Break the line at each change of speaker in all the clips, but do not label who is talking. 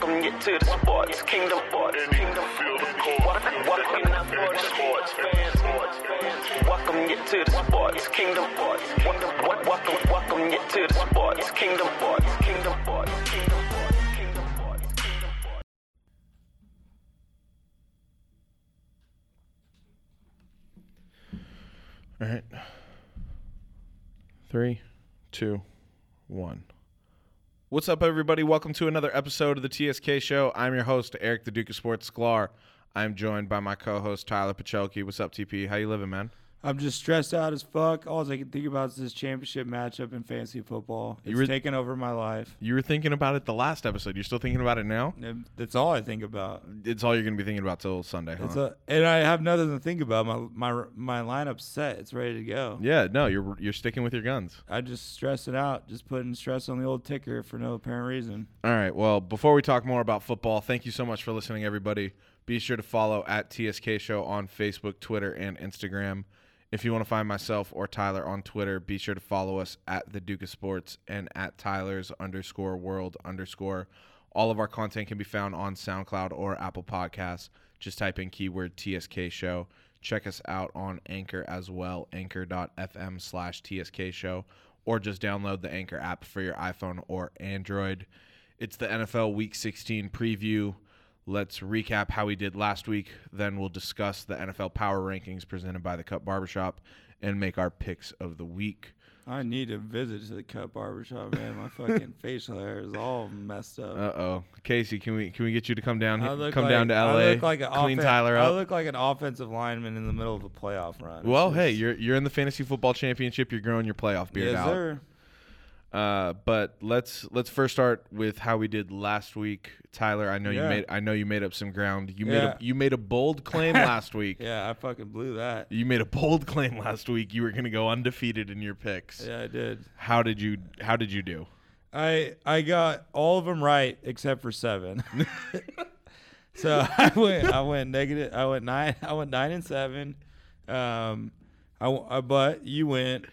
Come get to the sports, kingdom sports, kingdom feel the court. Welcome in sports, sports fans, Welcome get to the sports, kingdom sports, kingdom Welcome, welcome get to the sports, kingdom sports, kingdom sports, kingdom sports, kingdom sports, kingdom sports.
All right. Three, two, one. What's up, everybody? Welcome to another episode of the TSK Show. I'm your host, Eric the Duke of Sports Sklar. I'm joined by my co-host Tyler Pachelki. What's up, TP? How you living, man?
I'm just stressed out as fuck. All I can think about is this championship matchup in fantasy football. It's
were-
taking over my life.
You were thinking about it the last episode. You're still thinking about it now?
And That's all I think about.
It's all you're gonna be thinking about till Sunday, huh?
It's a, and I have nothing to think about. My my my lineup's set. It's ready to go.
yeah, no, you're you're sticking with your guns.
I just stress it out. Just putting stress on the old ticker for no apparent reason.
All right. Well, before we talk more about football, thank you so much for listening, everybody. Be sure to follow at TSK Show on Facebook, Twitter, and Instagram. If you want to find myself or Tyler on Twitter, be sure to follow us at the Duke of Sports and at Tyler's underscore world underscore. All of our content can be found on SoundCloud or Apple Podcasts. Just type in keyword TSK Show. Check us out on Anchor as well, anchor.fm slash TSK Show, or just download the Anchor app for your iPhone or Android. It's the NFL Week 16 preview. Let's recap how we did last week. Then we'll discuss the NFL power rankings presented by the Cup Barbershop and make our picks of the week.
I need a visit to the cut barbershop, man. My fucking facial hair is all messed up.
Uh oh, Casey, can we can we get you to come down
I
come
look like,
down to LA?
I look like an
clean
offen-
Tyler up.
I look like an offensive lineman in the middle of a playoff run.
well,
It's
hey,
just-
you're you're in the fantasy football championship. You're growing your playoff beard
yes,
out.
sir.
Uh, but let's let's first start with how we did last week, Tyler. I know you
Yeah.
made I know you made up some ground. You made
Yeah.
a, you made a bold claim last week.
Yeah, I fucking blew that.
You made a bold claim last week. You were going to go undefeated in your picks.
Yeah, I did.
How did you? How did you do?
I I got all of them right except for seven. so I went I went negative. I went nine. I went nine and seven. Um, I, w- I- but you went.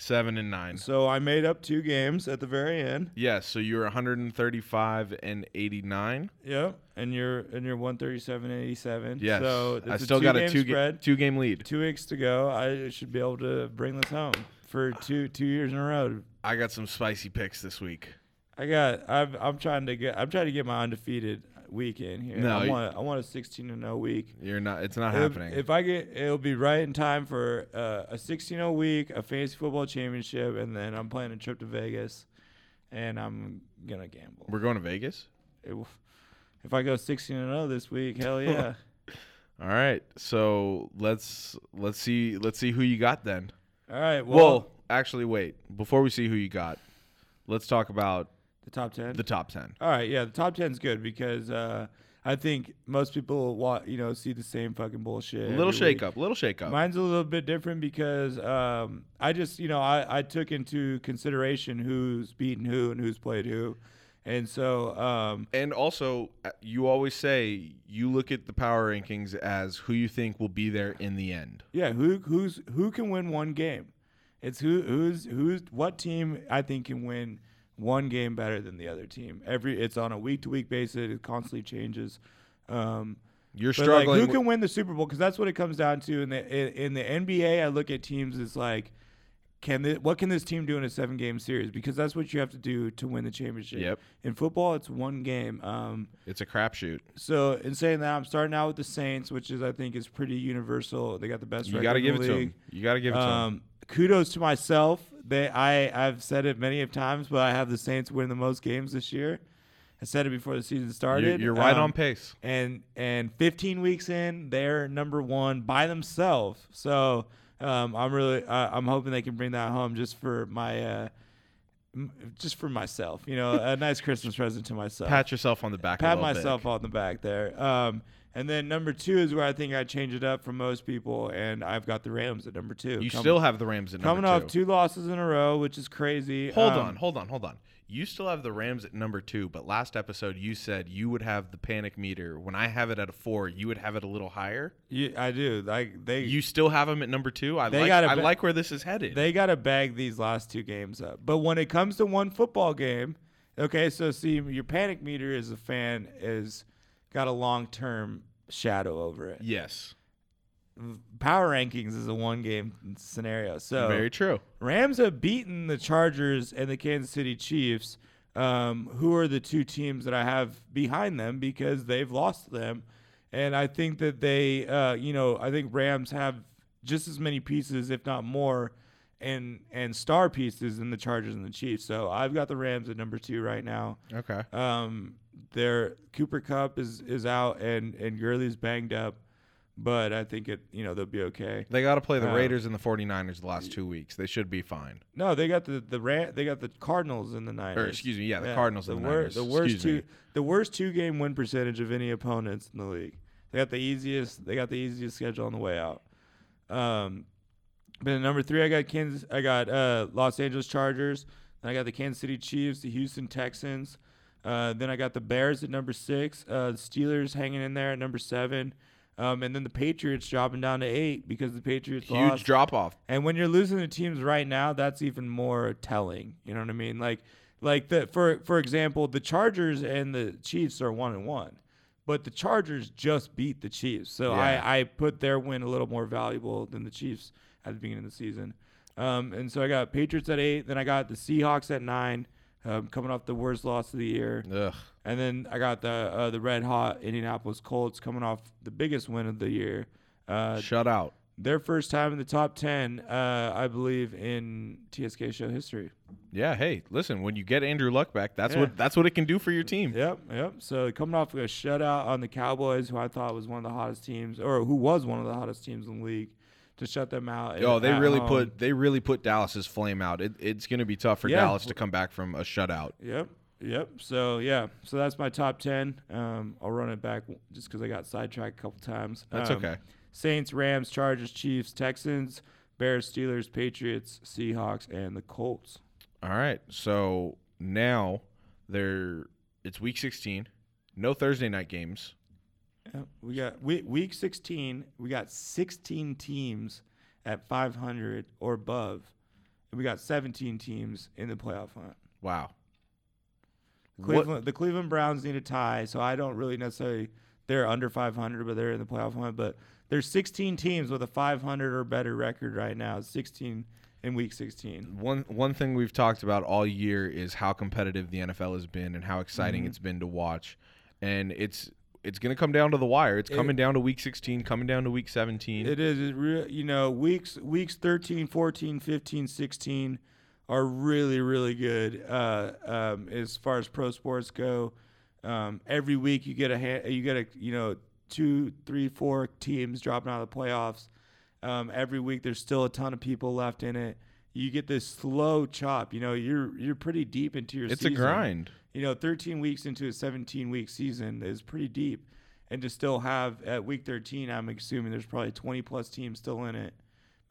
Seven and nine.
So I made up two games at the very end.
yes. So you were 135 and 89.
Yep. And you're and you're one thirty seven eighty seven.
Yes.
So
I
it's
still got a
two-game
two ga-
spread.
two game lead.
two weeks to go. I should be able to bring this home for two two years in a row.
I got some spicy picks this week.
I got. I've, I'm trying to get. I'm trying to get my undefeated week in here.
No,
I
you-
want. I want a 16 and 0 week.
You're not. It's not
If,
happening.
if I get, it'll be right in time for uh, a 16 0 week, a fantasy football championship, and then I'm playing a trip to Vegas, and I'm gonna gamble.
we're going to Vegas.
It- if I go 16 and 0 this week, hell yeah.
All right. So let's let's see let's see who you got then.
All right. Well,
Well, actually, wait. Before we see who you got, let's talk about
the top 10.
the top ten.
All right, yeah, the top ten's good because uh, I think most people wa you know see the same fucking bullshit.
A little
every week.
shake up. Little shake up.
Mine's a little bit different because um, I just, you know, I, I took into consideration who's beaten who and who's played who. And so, um,
And also, uh, you always say you look at the power rankings as who you think will be there in the end.
yeah, who who's who can win one game? It's who who's who's what team I think can win one game better than the other team. Every it's on a week to week basis. It constantly changes. Um,
You're
But,
struggling.
Like, who
with-
can win the Super Bowl? Because that's what it comes down to. In the in, in the NBA, I look at teams as like, can thi- what can this team do in a seven game series? Because that's what you have to do to win the championship.
Yep.
In football, it's one game. Um,
it's a crapshoot.
so in saying that, I'm starting out with the Saints, which is I think is pretty universal. They got the best.
You
record
got to
in
give it
the
to
league.
him. You got to give it to him.
Um, kudos to myself. They, I, I've said it many of times, but I have the Saints win the most games this year. I said it before the season
You're,
started.
you're right
Um,
on pace.
and and 15 weeks in, they're number one by themselves. So um, I'm really uh, I'm hoping they can bring that home just for my uh, m- just for myself. You know, a nice Christmas present to myself.
Pat yourself on the back. a
Pat
little bit.
myself on the back there. Um, and then number two is where I think I change it up from most people, and I've got the Rams at number two.
You
Come-
still have the Rams at
coming
number
off
two.
two losses in a row, which is crazy.
Hold
Um,
on, hold on, hold on. You still have the Rams at number two, but last episode you said you would have the panic meter. When I have it at a four, you would have it a little higher.
you- I do like they
You still have them at number two. I
They
like.
gotta
I
be-
like where this is headed.
They got to bag these last two games up. But when it comes to one football game, Okay, so see, your panic meter as a fan is got a long term shadow over it.
Yes.
Power rankings is a one game scenario. So
Very true.
Rams have beaten the Chargers and the Kansas City Chiefs, um, who are the two teams that I have behind them because they've lost to them. And I think that they, uh, you know, I think Rams have just as many pieces, if not more, and and star pieces than the Chargers and the Chiefs. So I've got the Rams at number two right now.
Okay.
Um, their Cooper Cup is is out and and Gurley's banged up, but I think it, you know, they'll be okay.
They got to play the
uh,
Raiders and the 49ers the last two weeks. They should be fine.
No, they got the the Ram, they got the Cardinals in the Niners.
excuse me, yeah, the Cardinals and the Niners.
The worst
Excuse me.
two, the worst two game win percentage of any opponents in the league. They got the easiest. They got the easiest schedule on the way out. Um, but at number three, I got Kansas. I got uh, Los Angeles Chargers. Then I got the Kansas City Chiefs, the Houston Texans. Uh, then I got the Bears at number six. Uh, the Steelers hanging in there at number seven. Um, and then the Patriots dropping down to eight because the Patriots
Huge
lost.
drop off.
And when you're losing to teams right now, that's even more telling. You know what I mean? Like, like the for for example, the Chargers and the Chiefs are one and one, but the Chargers just beat the Chiefs, so
Yeah.
I I put their win a little more valuable than the Chiefs at the beginning of the season. Um, and so I got Patriots at eight, then I got the Seahawks at nine, um, coming off the worst loss of the year.
Ugh.
And then I got the uh, the red hot Indianapolis Colts coming off the biggest win of the year. Uh,
Shut out.
their first time in the top 10, uh, I believe, in TSK show history.
Yeah. Hey, listen. When you get Andrew Luck back, that's
Yeah.
what that's what it can do for your team.
Yep, yep. So coming off a shutout on the Cowboys, who I thought was one of the hottest teams, or who was one of the hottest teams in the league, to shut them out.
Oh, they
at
really
home.
put they really put Dallas's flame out. It, it's going to be tough for
Yeah.
Dallas to come back from a shutout.
Yep, yep. So, yeah, so that's my top 10. Um, I'll run it back w- just because I got sidetracked a couple times.
That's
Um,
okay.
Saints, Rams, Chargers, Chiefs, Texans, Bears, Steelers, Patriots, Seahawks, and the Colts.
All right. So now they're it's week 16. No Thursday night games.
Yeah, we got we, week 16. We got 16 teams at 500 or above, and we got 17 teams in the playoff hunt.
Wow. What-
Cleveland, the Cleveland Browns need a tie, so I don't really necessarily. They're under 500, but they're in the playoff hunt. But there's 16 teams with a 500 or better record right now. 16 in week 16.
one one thing we've talked about all year is how competitive the NFL has been and how exciting
Mm-hmm.
it's been to watch, and it's it's going to come down to the wire. It's coming down to week 16, coming down to week 17.
It is it re- you know weeks weeks 13, 14, 15, 16 are really really good uh, um, as far as pro sports go. Um, every week you get a ha- you get a you know two, three, four teams dropping out of the playoffs. Um, every week there's still a ton of people left in it. You get this slow chop. You know you're you're pretty deep into your.
it's a
season
grind.
you know 13 weeks into a 17 week season is pretty deep and to still have at week 13 i'm assuming there's probably 20 plus teams still in it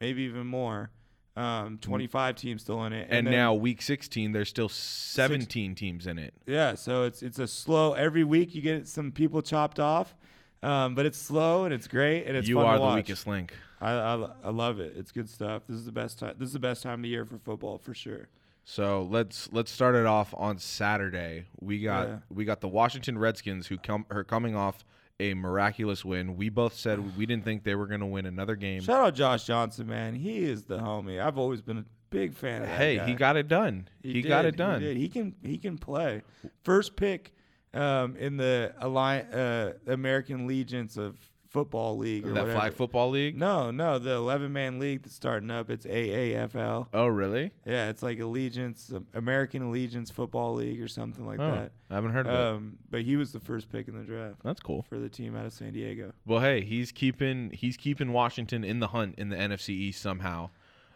maybe even more um, 25 teams still in it
Mm-hmm. And,
then-
now week 16, there's still 17 teams in it.
yeah so it's it's a slow every week you get some people chopped off um, but it's slow and it's great and it's
you
fun to
are the
watch.
weakest link.
I, I I love it. It's good stuff. This is the best time. This is the best time of year for football for sure.
So let's let's start it off on Saturday. We got
Yeah.
we got the Washington Redskins who come are coming off a miraculous win. We both said we didn't think they were going to win another game.
Shout out Josh Johnson, man. He is the homie. I've always been a big fan of that
hey,
guy.
he got it done. He, got
did,
it done.
He, did. He can he can play. First pick um, in the Alliance, uh, American Legions of Football League. Or
that
whatever.
flag football league.
No, no, the eleven man league that's starting up. It's AAFL.
Oh, really?
Yeah, it's like Allegiance American Allegiance Football League or something like
Oh,
that.
I haven't heard of it.
Um, but he was the first pick in the draft
That's cool.
for the team out of San Diego.
Well, hey, he's keeping he's keeping Washington in the hunt in the NFC East somehow.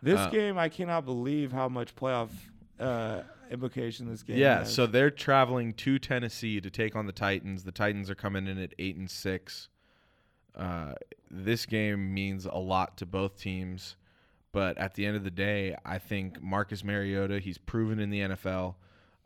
This
Uh,
game, I cannot believe how much playoff uh, implication this game.
Yeah,
has.
so they're traveling to Tennessee to take on the Titans. The Titans are coming in at eight and six. Uh, this game means a lot to both teams, but at the end of the day, I think Marcus Mariota he's proven in the NFL,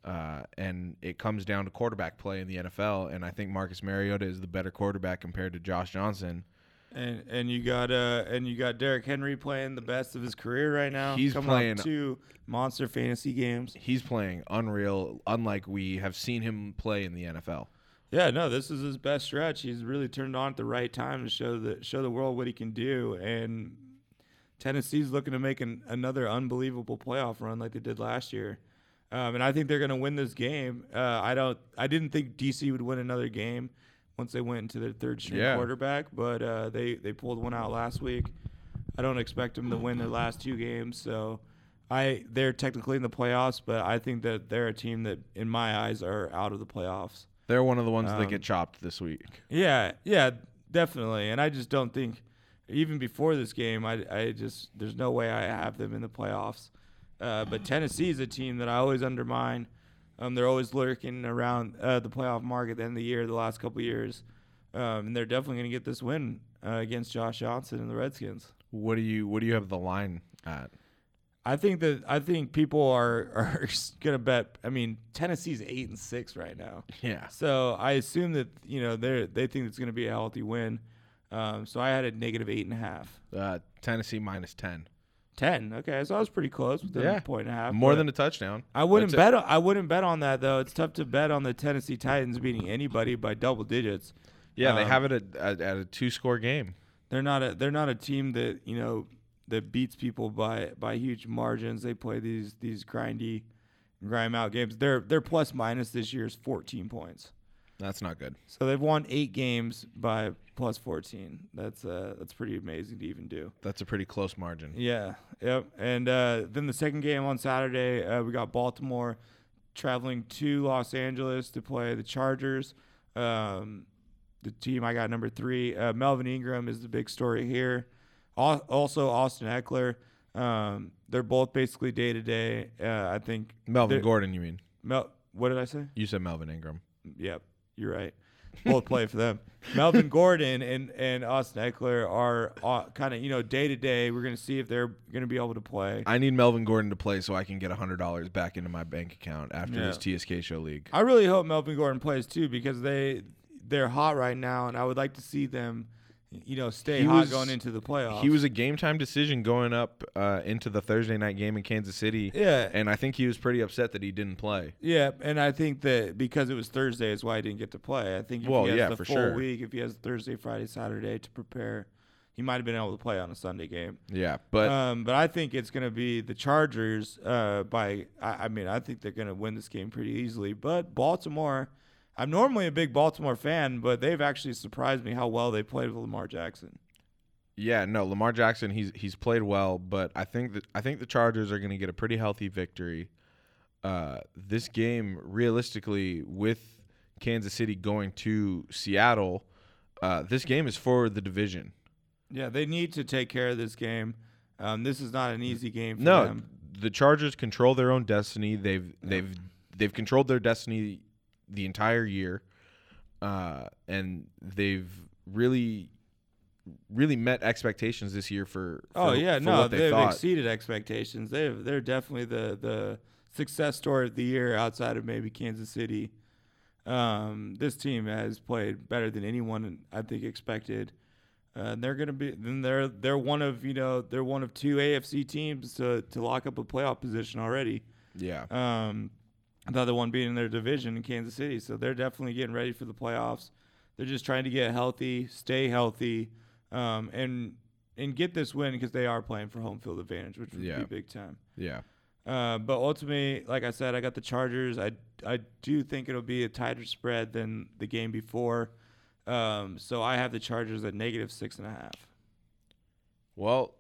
uh, and it comes down to quarterback play in the NFL. And I think Marcus Mariota is the better quarterback compared to Josh Johnson.
And and you got uh and you got Derrick Henry playing the best of his career right now.
He's
coming
playing-
off two monster fantasy games.
He's playing unreal, unlike we have seen him play in the NFL.
Yeah, no, this is his best stretch. He's really turned on at the right time to show the show the world what he can do. And Tennessee's looking to make an, another unbelievable playoff run like they did last year. Um, and I think they're going to win this game. Uh, I don't. I didn't think DC would win another game once they went into their third string
Yeah.
quarterback, but uh, they they pulled one out last week. I don't expect them to win their last two games, so I they're technically in the playoffs, but I think that they're a team that, in my eyes, are out of the playoffs.
They're one of the ones that get chopped this week.
Yeah, yeah, definitely. And I just don't think, even before this game, I, I just there's no way I have them in the playoffs. Uh, but Tennessee is a team that I always undermine. Um, they're always lurking around uh, the playoff mark at the end of the year, the last couple of years, um, and they're definitely going to get this win uh, against Josh Johnson and the Redskins.
What do you What do you have the line at?
I think that I think people are are going to bet. I mean, Tennessee's eight and six right now.
Yeah,
So I assume that you know they are they think it's going to be a healthy win. Um, so I had a negative eight and a half.
uh, Tennessee minus ten,
Ten. Okay, so I was pretty close with
Yeah.
a point and a half.
more
but
than a touchdown.
I wouldn't
That's
bet. On, I wouldn't bet on that though. It's tough to bet on the Tennessee Titans beating anybody by double digits.
it. Yeah, they
um,
have it at, at, at a two score game.
They're not a they're not a team that you know that beats people by by huge margins. They play these these grindy, grime out games. Their their plus minus this year is fourteen points.
That's not good.
So they've won eight games by plus fourteen. That's uh that's pretty amazing to even do.
That's a pretty close margin.
Yeah, yep. And uh, then the second game on Saturday, uh, we got Baltimore traveling to Los Angeles to play the Chargers. Um, the team I got number three. Uh, Melvin Ingram is the big story here. Al- Also, Austin Eckler. Um, they're both basically day to day. Uh, I think
Melvin
they're-
Gordon, you mean?
Mel- what did I say?
You said Melvin Ingram.
Yep, you're right. Both play for them. Melvin Gordon and and Austin Eckler are uh, kind of you know day to day. We're gonna see if they're gonna be able to play.
I need Melvin Gordon to play so I can get hundred dollars back into my bank account after
Yeah.
this TSK show league.
I really hope Melvin Gordon plays too because they they're hot right now, and I would like to see them you know stay
He
hot
was-
going into the playoffs.
He was a game time decision going up uh, into the Thursday night game in Kansas City.
Yeah.
and I think he was pretty upset that he didn't play.
yeah, and I think that because it was Thursday is why he didn't get to play. I think if
Well,
he has
yeah,
the
for
full
sure.
week, if he has Thursday, Friday, Saturday to prepare, he might have been able to play on a Sunday game.
Yeah, but
um, but I think it's going to be the Chargers. Uh, by I, I mean, I think they're going to win this game pretty easily. But Baltimore, I'm normally a big Baltimore fan, but they've actually surprised me how well they played with Lamar Jackson.
Yeah, no, Lamar Jackson, he's he's played well, but I think that I think the Chargers are going to get a pretty healthy victory. Uh, this game, realistically, with Kansas City going to Seattle, uh, this game is for the division.
Yeah, they need to take care of this game. Um, this is not an easy game for
No,
them.
the Chargers control their own destiny. They've they've they've controlled their destiny the entire year, uh, and they've really really met expectations this year for, for
Oh yeah,
for
no,
what they
they have
thought.
exceeded expectations. They've they're definitely the the success story of the year outside of maybe Kansas City. Um, this team has played better than anyone I think expected. Uh, and they're gonna be then they're they're one of you know they're one of two AFC teams to to lock up a playoff position already.
yeah.
Um, the other one being in their division in Kansas City. So they're definitely getting ready for the playoffs. They're just trying to get healthy, stay healthy, um, and and get this win because they are playing for home field advantage, which would
Yeah.
be big time.
Yeah.
Uh, but ultimately, like I said, I got the Chargers. I I do think it'll be a tighter spread than the game before. Um, so I have the Chargers at negative six and a half
Well,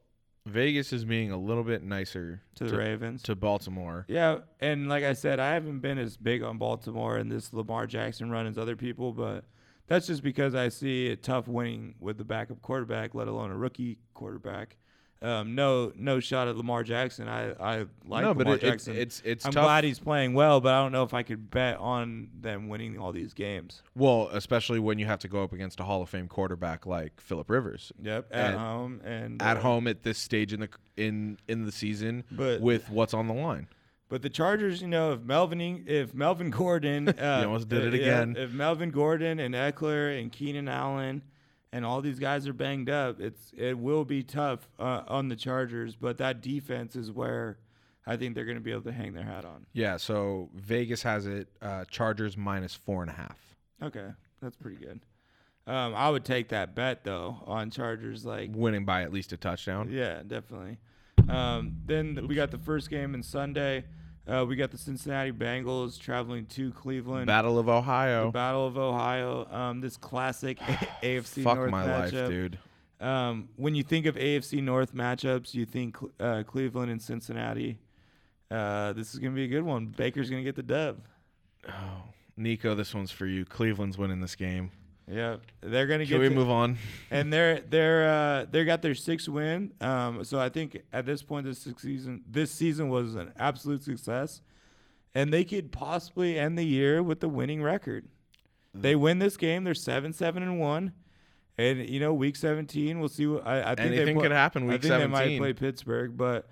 Vegas is being a little bit nicer
to the Ravens.
to Baltimore.
Yeah, and like I said, I haven't been as big on Baltimore and this Lamar Jackson run as other people, but that's just because I see it tough winning with the backup quarterback, let alone a rookie quarterback. Um, no, no shot at Lamar Jackson. I, I like
no, but
Lamar
it, it's
Jackson.
it's it's
I'm
tough.
glad he's playing well, but I don't know if I could bet on them winning all these games.
well, especially when you have to go up against a Hall of Fame quarterback like Philip Rivers
Yep, at
And-
home and
at
uh,
home at this stage in the in in the season
But-
with what's on the line.
But the Chargers, you know, if Melvin, Ing- if Melvin Gordon, uh,
almost did it
yeah,
again.
If Melvin Gordon and Eckler and Keenan Allen and all these guys are banged up, it's it will be tough uh, on the Chargers. But that defense is where I think they're going to be able to hang their hat on.
Yeah, so Vegas has it uh, Chargers minus four and a half.
Okay, that's pretty good. Um, I would take that bet though on Chargers. Like,
Winning by at least a touchdown.
yeah, definitely. Um, then th- we got the first game on Sunday. Uh, we got the Cincinnati Bengals traveling to Cleveland.
Battle of Ohio.
Battle of Ohio. Um, this classic AFC
Fuck
North
my life,
matchup.
dude.
Um, when you think of AFC North matchups, you think Cle- uh, Cleveland and Cincinnati. Uh, this is gonna be a good one. Baker's gonna get the dub.
Nico, this one's for you. Cleveland's winning this game.
Yeah, they're gonna
Can
get.
we
to-
move on?
and they're they're uh, they got their sixth win. Um, so I think at this point, this six- season this season was an absolute success, and they could possibly end the year with the winning record.
Mm-hmm.
They win this game. They're seven seven and one, and you know week seventeen. We'll see. What, I, I think they
Anything
pla-
could happen week
I think they might
17.
play Pittsburgh, but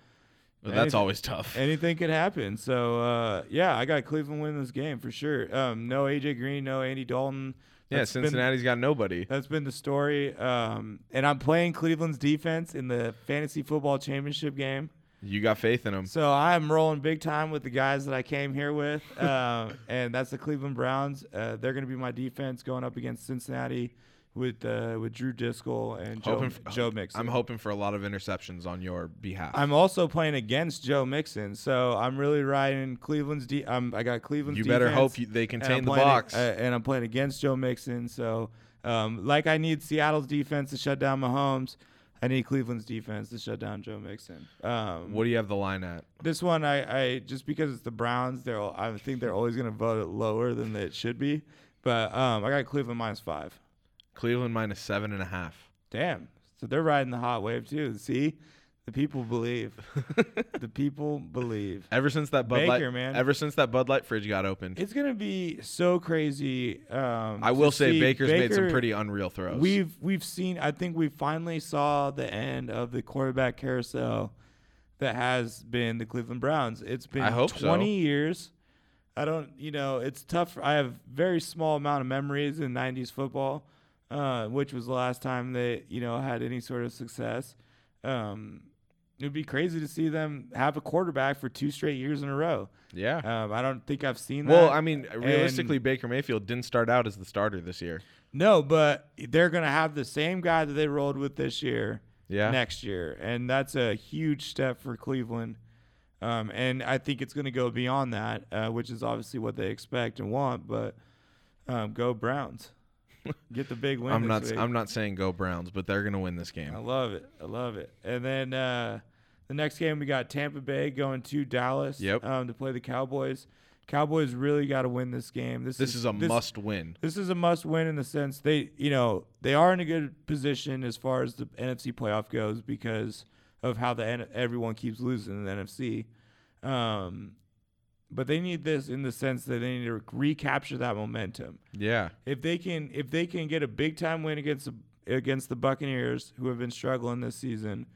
But that's
Anything-
always tough.
anything could happen. So uh, yeah, I got Cleveland winning this game for sure. Um, no AJ Green, no Andy Dalton.
Yeah,
That's been-
Cincinnati's got nobody.
that's been the story. Um, and I'm playing Cleveland's defense in the fantasy football championship game.
You got faith in them.
So I'm rolling big time with the guys that I came here with. Um, and that's the Cleveland Browns. Uh, they're going to be my defense going up against Cincinnati with uh, with Drew Driscoll and Joe,
Hoping for-
Joe Mixon.
I'm hoping for a lot of interceptions on your behalf.
I'm also playing against Joe Mixon, so I'm really riding Cleveland's. De- I'm, I got Cleveland's.
You better
defense,
hope you- they
and I'm
contain the
playing-
box.
uh, and I'm playing against Joe Mixon, so um, like I need Seattle's defense to shut down Mahomes, I need Cleveland's defense to shut down Joe Mixon. Um,
what do you have the line at?
this one, I, I just because it's the Browns, they're al- I think they're always going to vote it lower than it should be, but um, I got Cleveland minus five.
Cleveland minus seven and a half.
Damn. So they're riding the hot wave too. See, the people believe. the people believe.
Ever since that Bud
Baker,
Light,
man.
ever since that Bud Light fridge got opened,
It's gonna be so crazy. Um,
I
to
will say
see
Baker's made some
Baker-
pretty unreal throws.
We've we've seen. I think we finally saw the end of the quarterback carousel that has been the Cleveland Browns. It's been
I hope so.
20 years. I don't. You know, it's tough. I have very small amount of memories in '90s football, uh, which was the last time they you know had any sort of success. Um, it would be crazy to see them have a quarterback for two straight years in a row.
yeah.
Um, I don't think I've seen that.
well, I mean,
And-
realistically, Baker Mayfield didn't start out as the starter this year.
no, but they're going to have the same guy that they rolled with this year
Yeah.
next year. And that's a huge step for Cleveland. Um, and I think it's going to go beyond that, uh, which is obviously what they expect and want. But um, go Browns. Get the big win.
I'm
this
not.
week.
I'm not saying go Browns, but they're gonna win this
I
game.
love it. I love it. And then uh, the next game we got Tampa Bay going to Dallas
Yep.
um, to play the Cowboys. Cowboys really got to win this game. This,
This is a
this-
must win.
This is a must win in the sense they, you know, they are in a good position as far as the NFC playoff goes because of how the N- everyone keeps losing in the NFC. Um, but they need this in the sense that they need to recapture that momentum
Yeah.
if they can if they can get a big time win against the, against the Buccaneers who have been struggling this season,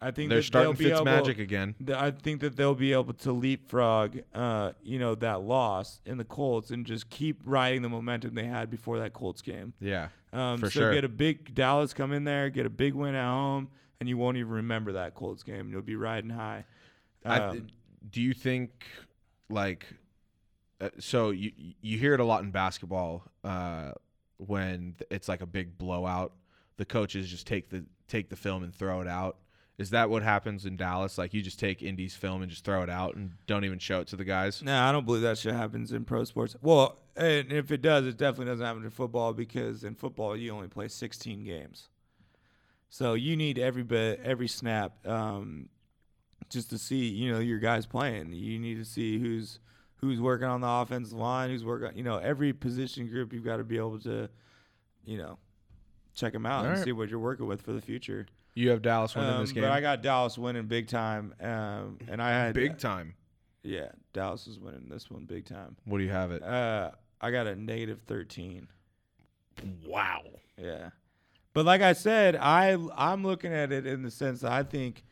I think
They're
that they'll
starting
be able,
Fitzmagic again.
th- I think that they'll be able to leapfrog, uh, you know, that loss in the Colts and just keep riding the momentum they had before that Colts game.
Yeah.
Um,
for
so
sure.
get a big Dallas come in there, get a big win at home, and you won't even remember that Colts game. You'll be riding high.
I,
Um,
do you think like uh, so you you hear it a lot in basketball uh, when th- it's like a big blowout the coaches just take the take the film and throw it out is that what happens in Dallas like you just take Indy's film and just throw it out and don't even show it to the guys
No, I don't believe that shit happens in pro sports. Well, and if it does, it definitely doesn't happen in football because in football you only play 16 games, so you need every bit, every snap, um, just to see you know your guys playing. You need to see who's who's working on the offensive line, who's working. You know, every position group you've got to be able to, you know, check them out
All
and
right.
see what you're working with for the future.
you have Dallas winning
Um,
this game
But I got Dallas winning big time, um, and I had
big time
yeah, Dallas is winning this one big time.
what do you have it
Uh, I got a negative thirteen.
wow
Yeah, but like I said, I I'm looking at it in the sense that I think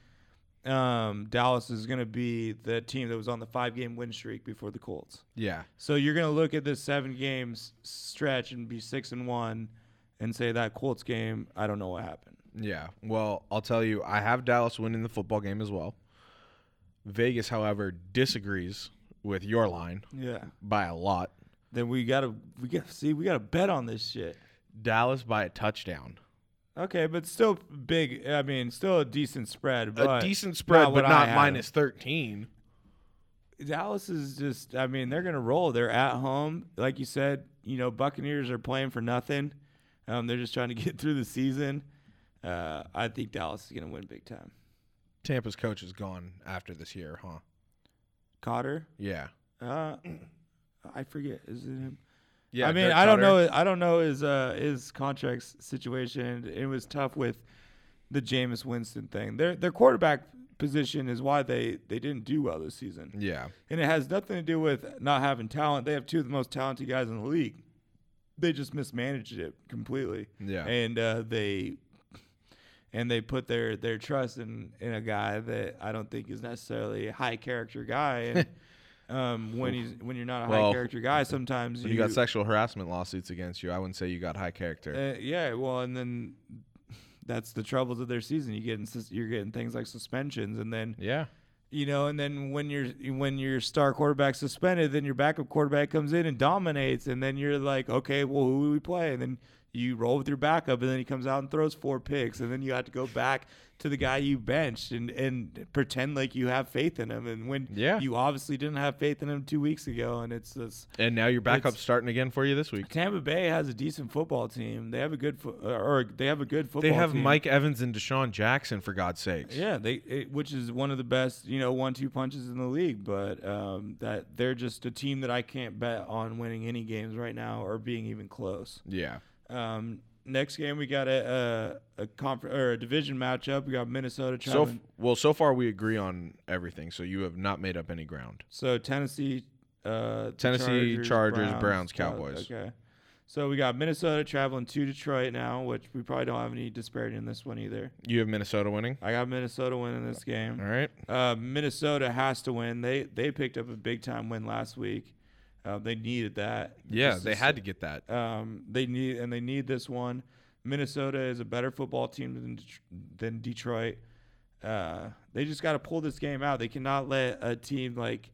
um, Dallas is going to be the team that was on the five game win streak before the Colts.
yeah
So you're going to look at this seven games stretch and be six and one, and say that Colts game, I don't know what happened.
Yeah. Well, I'll tell you, I have Dallas winning the football game as well. Vegas, however, disagrees with your line
Yeah.
by a lot.
Then we gotta we got to see we gotta bet on this shit.
Dallas by a touchdown.
Okay, but still big. I mean, still a decent spread.
A
But
decent spread,
what
but
I
not
had.
minus 13.
Dallas is just. I mean, they're gonna roll. They're at home, like you said. You know, Buccaneers are playing for nothing. Um, they're just trying to get through the season. Uh, I think Dallas is gonna win big time.
Tampa's coach is gone after this year, huh?
Cotter,
Yeah.
uh, I forget. Is it him?
Yeah.
I mean,
Dirk
I don't
Cutter.
know. I don't know his uh, his contract s- situation. It was tough with the Jameis Winston thing. Their their quarterback position is why they they didn't do well this season,
Yeah.
and it has nothing to do with not having talent. They have two of the most talented guys in the league. They just mismanaged it completely.
Yeah.
and uh, they and they put their their trust in in a guy that I don't think is necessarily a high character guy. And, um, when he's when you're not a high
Well,
character guy, sometimes
When you Eh. got sexual harassment lawsuits against you, I wouldn't say you got high character.
Uh, yeah, well, and then that's the troubles of their season. You get sus- you're getting things like suspensions, and then
yeah.
you know, and then when your when your star quarterback suspended, then your backup quarterback comes in and dominates, and then you're like, okay, well, who do we play? And then you roll with your backup, and then he comes out and throws four picks, and then you have to go back to the guy you benched and and pretend like you have faith in him, and when
Yeah.
you obviously didn't have faith in him two weeks ago, and it's this.
And now your backup's
It's-
starting again for you this week.
Tampa Bay has a decent football team. They have a good fo- or they have a good football.
They have
team.
Mike Evans and Deshaun Jackson, for God's sakes.
Yeah, they it, which is one of the best you know one two punches in the league. But um, that they're just a team that I can't bet on winning any games right now or being even close.
Yeah.
Um, next game we got a a, a conf- or a division matchup. We got Minnesota
So
traveling.
f- well, so far we agree on everything. So you have not made up any ground.
So Tennessee, uh, the
Tennessee, Chargers, Browns,
uh,
Cowboys.
okay. So we got Minnesota traveling to Detroit now, which we probably don't have any disparity in this one either.
You have Minnesota winning.
I got Minnesota winning this game.
All right.
Uh, Minnesota has to win. They they picked up a big time win last week. Uh, they needed that.
Yeah,
Just
they had to get that.
Um, they need and they need this one. Minnesota is a better football team than Det- than Detroit. Uh, they just got to pull this game out. They cannot let a team like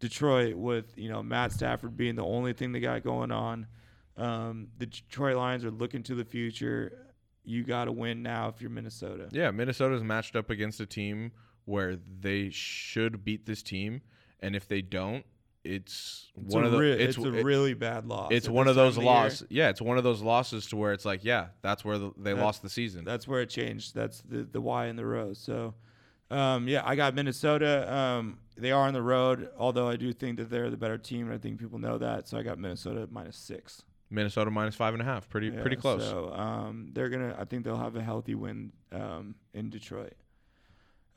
Detroit, with you know Matt Stafford being the only thing they got going on. Um, the Detroit Lions are looking to the future. You got to win now if you're Minnesota.
Yeah, Minnesota's matched up against a team where they should beat this team, and if they don't, it's,
It's
one
a
of the
re-
it's
it's a
it-
really bad loss.
it's
at
one
this
of
time
those
the
loss.
year.
Yeah, it's one of those losses to where it's like, yeah, that's where the, they
That-
lost the season.
That's where it changed. That's the the why in the road. So, um, yeah, I got Minnesota. Um, they are on the road, although I do think that they're the better team, and I think people know that. So I got Minnesota at minus six.
Minnesota minus five and a half, pretty pretty
Yeah,
close.
So um, they're gonna. I think they'll have a healthy win um, in Detroit.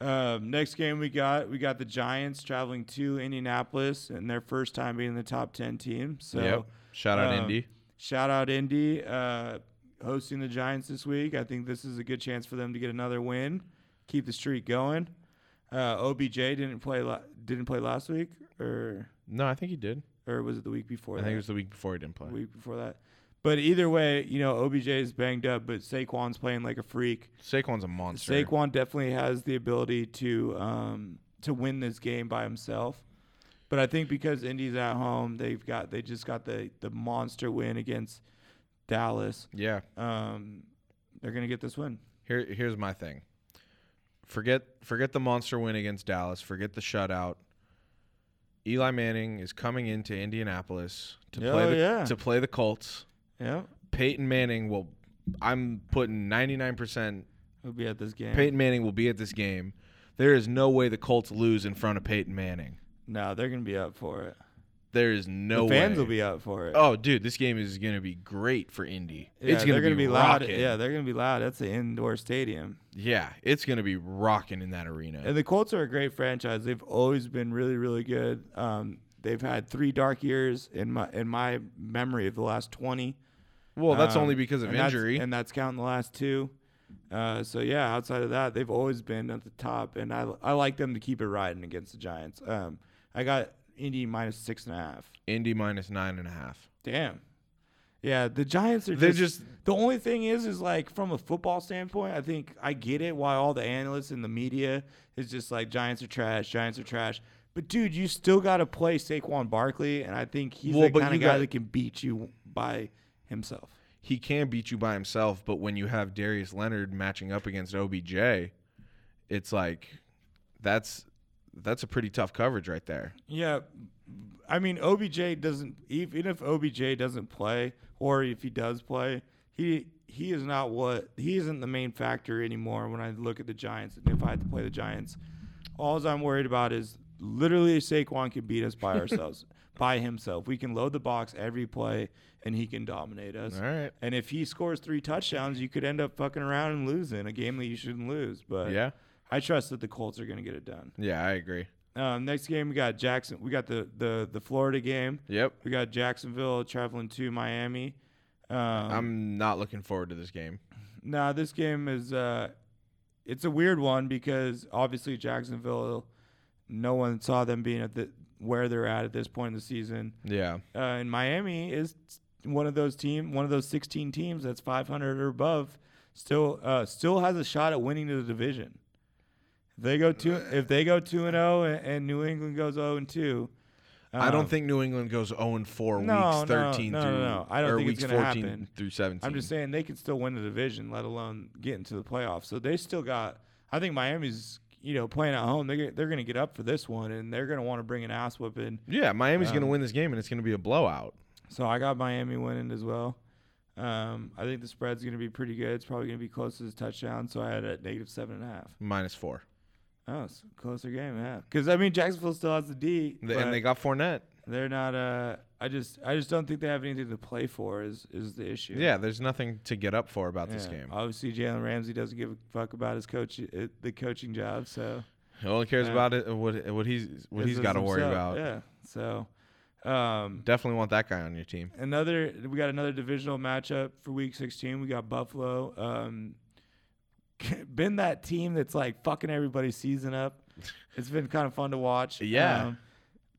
Um, next game we got we got the Giants traveling to Indianapolis and their first time being the top ten team. So.
yep. Shout out
um,
Indy.
Shout out Indy uh, hosting the Giants this week. I think this is a good chance for them to get another win, keep the streak going. Uh, OBJ didn't play la- didn't play last week, or
No, I think he did.
or was it the week before?
I
that?
think it was the week before he didn't play.
the week before that. But either way, you know OBJ is banged up, but Saquon's playing like a freak.
Saquon's a monster.
Saquon definitely has the ability to um, to win this game by himself. But I think because Indy's at home, they've got they just got the the monster win against Dallas.
Yeah.
Um, they're gonna get this win.
Here, here's my thing. Forget, forget the monster win against Dallas. Forget the shutout. Eli Manning is coming into Indianapolis to
Oh,
play the
yeah.
to play the Colts.
Yeah,
Peyton Manning will. I'm putting 99. percent
he'll be at this game.
Peyton Manning will be at this game. There is no way the Colts lose in front of Peyton Manning.
No, they're gonna be up for it.
There is no
the fans
way.
will be up for it.
Oh, dude, this game is gonna be great for Indy.
Yeah,
it's gonna,
they're gonna
be,
loud.
rocking.
Yeah, they're gonna be loud. That's an indoor stadium.
yeah, it's gonna be rocking in that arena.
And the Colts are a great franchise. They've always been really, really good. Um, they've had three dark years in my in my memory of the last twenty.
well, that's
Um,
only because of
and that's-
injury.
and that's counting the last two. Uh, so yeah, outside of that, they've always been at the top, and I I like them to keep it riding against the Giants. Um, I got Indy minus six and a half.
Indy minus nine and a half.
Damn, Yeah, the Giants are
They're
just,
just-
the only thing is is like from a football standpoint, I think I get it why all the analysts and the media is just like Giants are trash, Giants are trash. But dude, you still got to play Saquon Barkley, and I think he's
Well,
the
but
kind
you
of guy
got-
that can beat you by himself.
he can beat you by himself, but when you have Darius Leonard matching up against OBJ, it's like that's that's a pretty tough coverage right there.
Yeah, I mean OBJ doesn't even if OBJ doesn't play or if he does play, he he is not what he isn't the main factor anymore. When I look at the Giants, and if I had to play the Giants, all I'm worried about is literally Saquon can beat us by ourselves by himself. We can load the box every play and he can dominate us.
All right.
And if he scores three touchdowns, you could end up fucking around and losing a game that you shouldn't lose. But
Yeah.
I trust that the Colts are going to get it done.
Yeah, I agree.
Um, next game we got Jackson. We got the the the Florida game.
Yep.
We got Jacksonville traveling to Miami. Um,
I'm not looking forward to this game.
nah, this game is uh, it's a weird one because obviously Jacksonville, no one saw them being at the where they're at at this point in the season.
Yeah.
Uh, and Miami is one of those team, one of those 16 teams that's 500 or above. Still, uh, still has a shot at winning the division. If they go two, if they go two and zero, and New England goes zero and two,
I don't think New England goes 0 and 4
um, No, no,
weeks 13
no, no,
through
no. I don't
or
think it's
weeks
gonna
14
happen.
through 17.
I'm just saying they can still win the division, let alone get into the playoffs. So they still got. I think Miami's, you know, playing at home. They get- they're going to get up for this one, and they're going to want to bring an ass whipping.
yeah, Miami's going to
um,
win this game and it's going to be a blowout.
So I got Miami winning as well. Um, I think the spread's going to be pretty good. It's probably going to be close to the touchdown. So I had it at negative seven and a half.
Minus 4.
Oh, it's a closer game, yeah. Because I mean, Jacksonville still has the D,
Th-
but
and they got Fournette.
they're not. Uh, I just, I just don't think they have anything to play for. Is is the issue?
Yeah, there's nothing to get up for about this
Yeah.
game.
Obviously, Jalen Ramsey doesn't give a fuck about his coach, uh, the coaching job. So
He only cares
Yeah.
about it what what he's what
this
he's
is
got to worry
himself.
about.
Yeah. So, um,
Definitely want that guy on your team.
another we got another divisional matchup for Week 16. We got Buffalo. Um, been that team that's like fucking everybody's season up. It's been kind of fun to watch.
Yeah.
Um,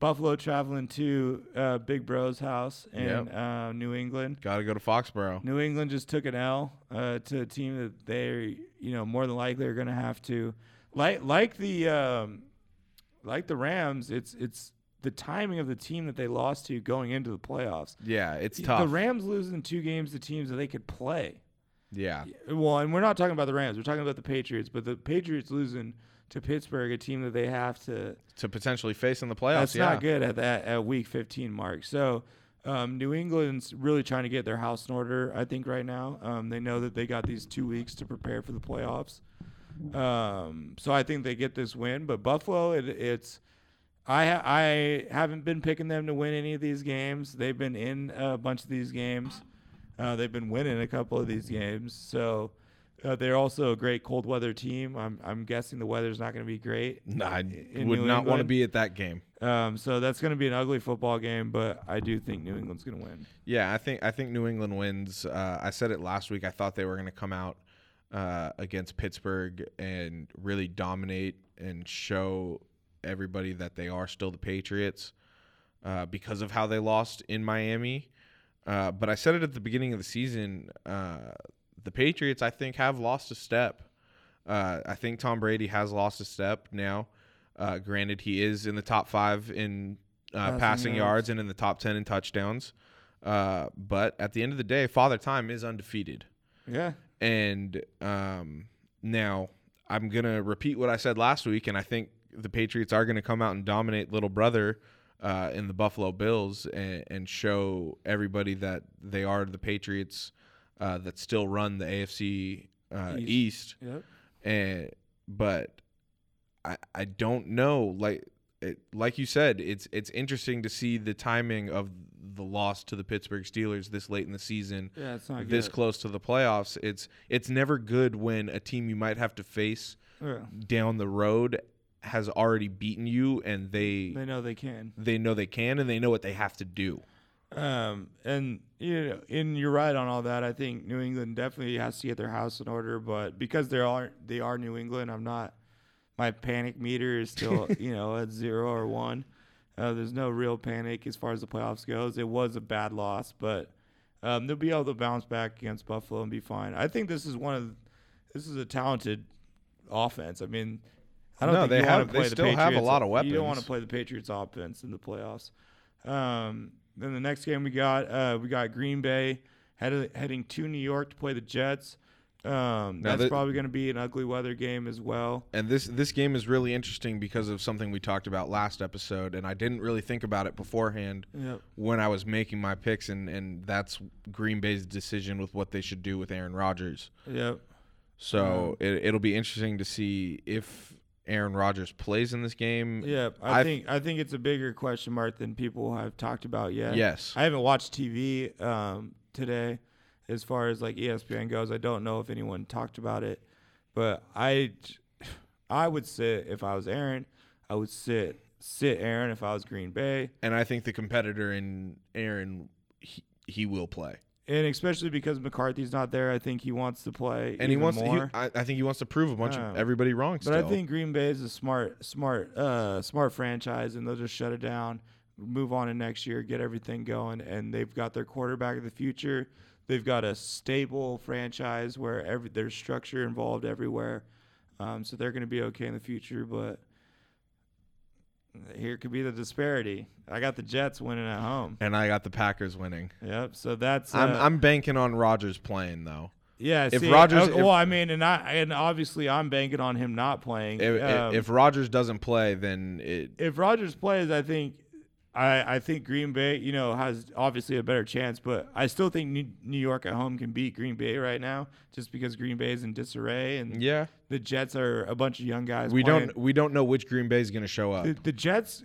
Buffalo traveling to uh, Big Bro's house in
Yep.
uh, New England.
Got to go to Foxborough.
New England just took an L uh, to a team that they, you know, more than likely are going to have to, like like the um, like the Rams. It's it's the timing of the team that they lost to going into the playoffs.
Yeah, it's tough.
The Rams losing two games to teams that they could play.
yeah.
Well, and we're not talking about the Rams. We're talking about the Patriots. But the Patriots losing to Pittsburgh, a team that they have to
to potentially face in the playoffs.
that's
yeah.
not good at that at week 15 mark. So um, New England's really trying to get their house in order. I think right now um, they know that they got these two weeks to prepare for the playoffs. Um, so I think they get this win. But Buffalo, it, it's I ha- I haven't been picking them to win any of these games. They've been in a bunch of these games. Uh, they've been winning a couple of these games. So. Uh, they're also a great cold weather team. I'm, I'm guessing the weather's not going to be great.
Nah, I
in
would
New
not want to
England.
be at that game.
Um, so that's going to be an ugly football game, but I do think New England's going to win.
Yeah, I think I think New England wins. Uh, I said it last week. I thought they were going to come out uh, against Pittsburgh and really dominate and show everybody that they are still the Patriots uh, because of how they lost in Miami. Uh, but I said it at the beginning of the season. Uh, the Patriots, I think, have lost a step. Uh, I think Tom Brady has lost a step now. Uh, granted, he is in the top five in uh,
Passing
passing,
yards.
yards. and in the top ten in touchdowns. Uh, but at the end of the day, Father Time is undefeated.
Yeah.
And um, now I'm going to repeat what I said last week, and I think the Patriots are going to come out and dominate Little Brother uh, in the Buffalo Bills and, and show everybody that they are the Patriots uh, that still run the AFC uh,
East.
East
Yep.
and but I I don't know like it, like you said it's it's interesting to see the timing of the loss to the Pittsburgh Steelers this late in the season
Yeah, it's not
this
good.
close to the playoffs it's it's never good when a team you might have to face
Yeah.
down the road has already beaten you and they
They know they can.
they know they can and they know what they have to do
Um, and you know, and you're right on all that. I think New England definitely has to get their house in order, but because they are they are New England, I'm not. My panic meter is still you know at zero or one. Uh, there's no real panic as far as the playoffs goes. It was a bad loss, but Um, they'll be able to bounce back against Buffalo and be fine. I think this is one of this is a talented offense. I mean, I don't
No,
think
they
you wanna
have- they
play the
still have a
Patriots-
lot of
You don't want
weapons.
to play the Patriots offense in the playoffs. Um, then the next game we got uh, we got Green Bay head, heading to New York to play the Jets. Um,
Now
that's
the-
probably going to be an ugly weather game as well.
And this this game is really interesting because of something we talked about last episode, and I didn't really think about it beforehand
Yep.
when I was making my picks, and and that's Green Bay's decision with what they should do with Aaron Rodgers.
Yep.
So it, it'll be interesting to see if Aaron Rodgers plays in this game.
Yep. I
I've-
think I think it's a bigger question mark than people have talked about yet.
Yes.
I haven't watched TV um, today as far as like E ESPN goes. I don't know if anyone talked about it, but I I would sit if I was Aaron. I would sit sit Aaron if I was Green Bay.
and I think the competitor in Aaron, he, he will play,
And especially because McCarthy's not there, I think he wants to play.
and he
even
wants. He,
more.
I, I think he wants to prove a bunch of
Yeah.
everybody wrong.
But
Still.
I think Green Bay is a smart, smart, uh, smart franchise, and they'll just shut it down, move on to next year, get everything going, and they've got their quarterback of the future. They've got a stable franchise where every there's structure involved everywhere, um, so they're going to be okay in the future. But here could be the disparity. I got the Jets winning at home.
and I got the Packers winning.
Yep. So that's
I'm
uh,
I'm banking on Rodgers playing though.
yeah.
if
see,
Rodgers-
I-
if-
well, I mean, and I and obviously I'm banking on him not playing.
If,
Um,
if Rodgers doesn't play, then it
if Rodgers plays, I think I, I think Green Bay, you know, has obviously a better chance, but I still think New New York at home can beat Green Bay right now, just because Green Bay is in disarray and
yeah.
the Jets are a bunch of young guys.
We
playing.
don't we don't know which Green Bay is going to show up.
The, the Jets,